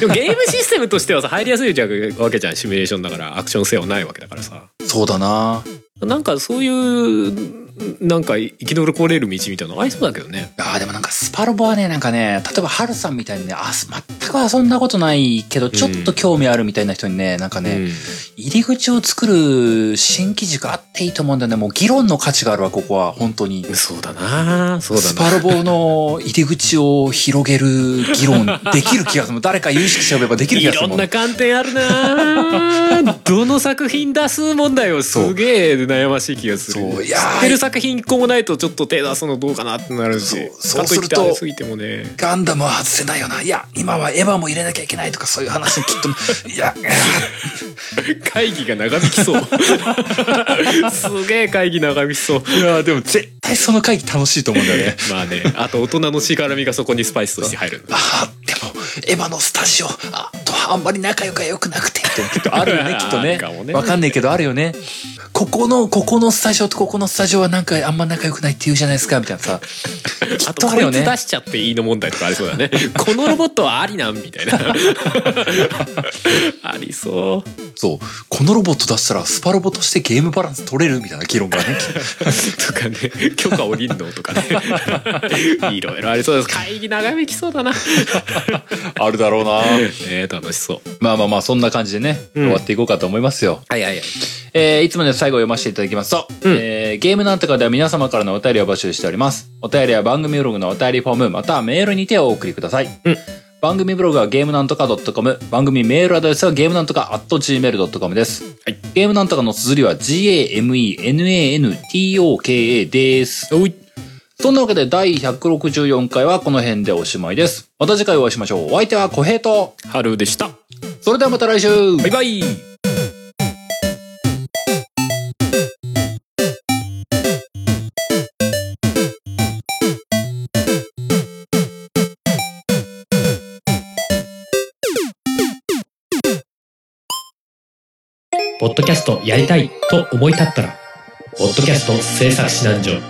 B: でもゲームシステムとしてはさ入りやすいわけじゃんシミュレーションだからアクション性はないわけだからさ
A: そうだな。
B: なんかそういうなんか生き残れる道みたいなのありそうだけどね
A: ああ、でもなんかスパロボはね、なんかね、例えばハルさんみたいにね、あ、全く遊んだことないけど、ちょっと興味あるみたいな人にね、なんかね、
B: うん
A: 入り口を作る新規軸あっていいと思うんだよね。もう議論の価値があるわ、ここは、本当に。
B: そうだなそうだな
A: スパロボの入り口を広げる議論できる気がする。誰か有識者呼べばできる気
B: い
A: がする
B: ろ
A: も
B: ん
A: ん。
B: な観点あ るなぁどの作品出す問題を
A: そう
B: すげえ悩ましい気がする
A: そうい
B: 知
A: やー
B: ってる作品一個もないとちょっと手出すのどうかなってなるし
A: そうそう
B: かと
A: す
B: いっ
A: る
B: て
A: と
B: あれすぎてもね
A: ガンダムは外せないよな。いや、今はエヴァも入れなきゃいけないとかそういう話にきっと、いや、
B: 会議が長引きそう すげえ会議長引きそう
A: いや、でも絶対その会議楽しいと思うんだよね。
B: まあねあと大人のしがらみがそこにスパイスとして入るん だ
A: ああ、でも、エヴァのスタジオ、あとあんまり仲良くは良くなくて、みたいなきっとあるよ ね、きっと
B: あるかも
A: ね。
B: ね
A: わかんないけど、あるよね。ここの、ここのスタジオとここのスタジオはなんかあんま仲良くないって言うじゃないですか、みたいな さ。
B: あ
A: きっと
B: と
A: あ
B: こ
A: るよ
B: い
A: ね
B: つ出しちゃっていいの問題とかありそうだ ねこのロボットはありなんみたい なありそう
A: そう。このロボット出したらスパロボとしてゲームバランス取れるみたいな議 論がね。
B: とかね 許可おりんのとかねいろいろありそうです会議長引きそうだな
A: あるだろうな
B: えー、楽しそう。
A: まあまあまあ、そんな感じでね、
B: ん
A: 終わっていこうかと思いますよ。
B: はいはいはい。
A: えーいつもの最後を読ませていただきますと、
B: うん
A: えーゲームなんとかでは皆様からのお便りを募集しております。お便りは番組ブログのお便りフォーム、またはメールにてお送りください。
B: うん
A: 番組ブログはゲームなんとか .com、番組メールアドレスはゲームなんとか .gmail.com です。
B: はい
A: ゲームなんとかの綴りは g-a-m-e-n-a-n-t-o-k-a です。
B: おい。
A: そんなわけで第164回はこの辺でおしまいです。また次回お会いしましょう。お相手は小平と、
B: 春でした。
A: それではまた来週
B: バイバイ。
C: ポッドキャストやりたいと思い立ったら、ポッドキャスト制作指南所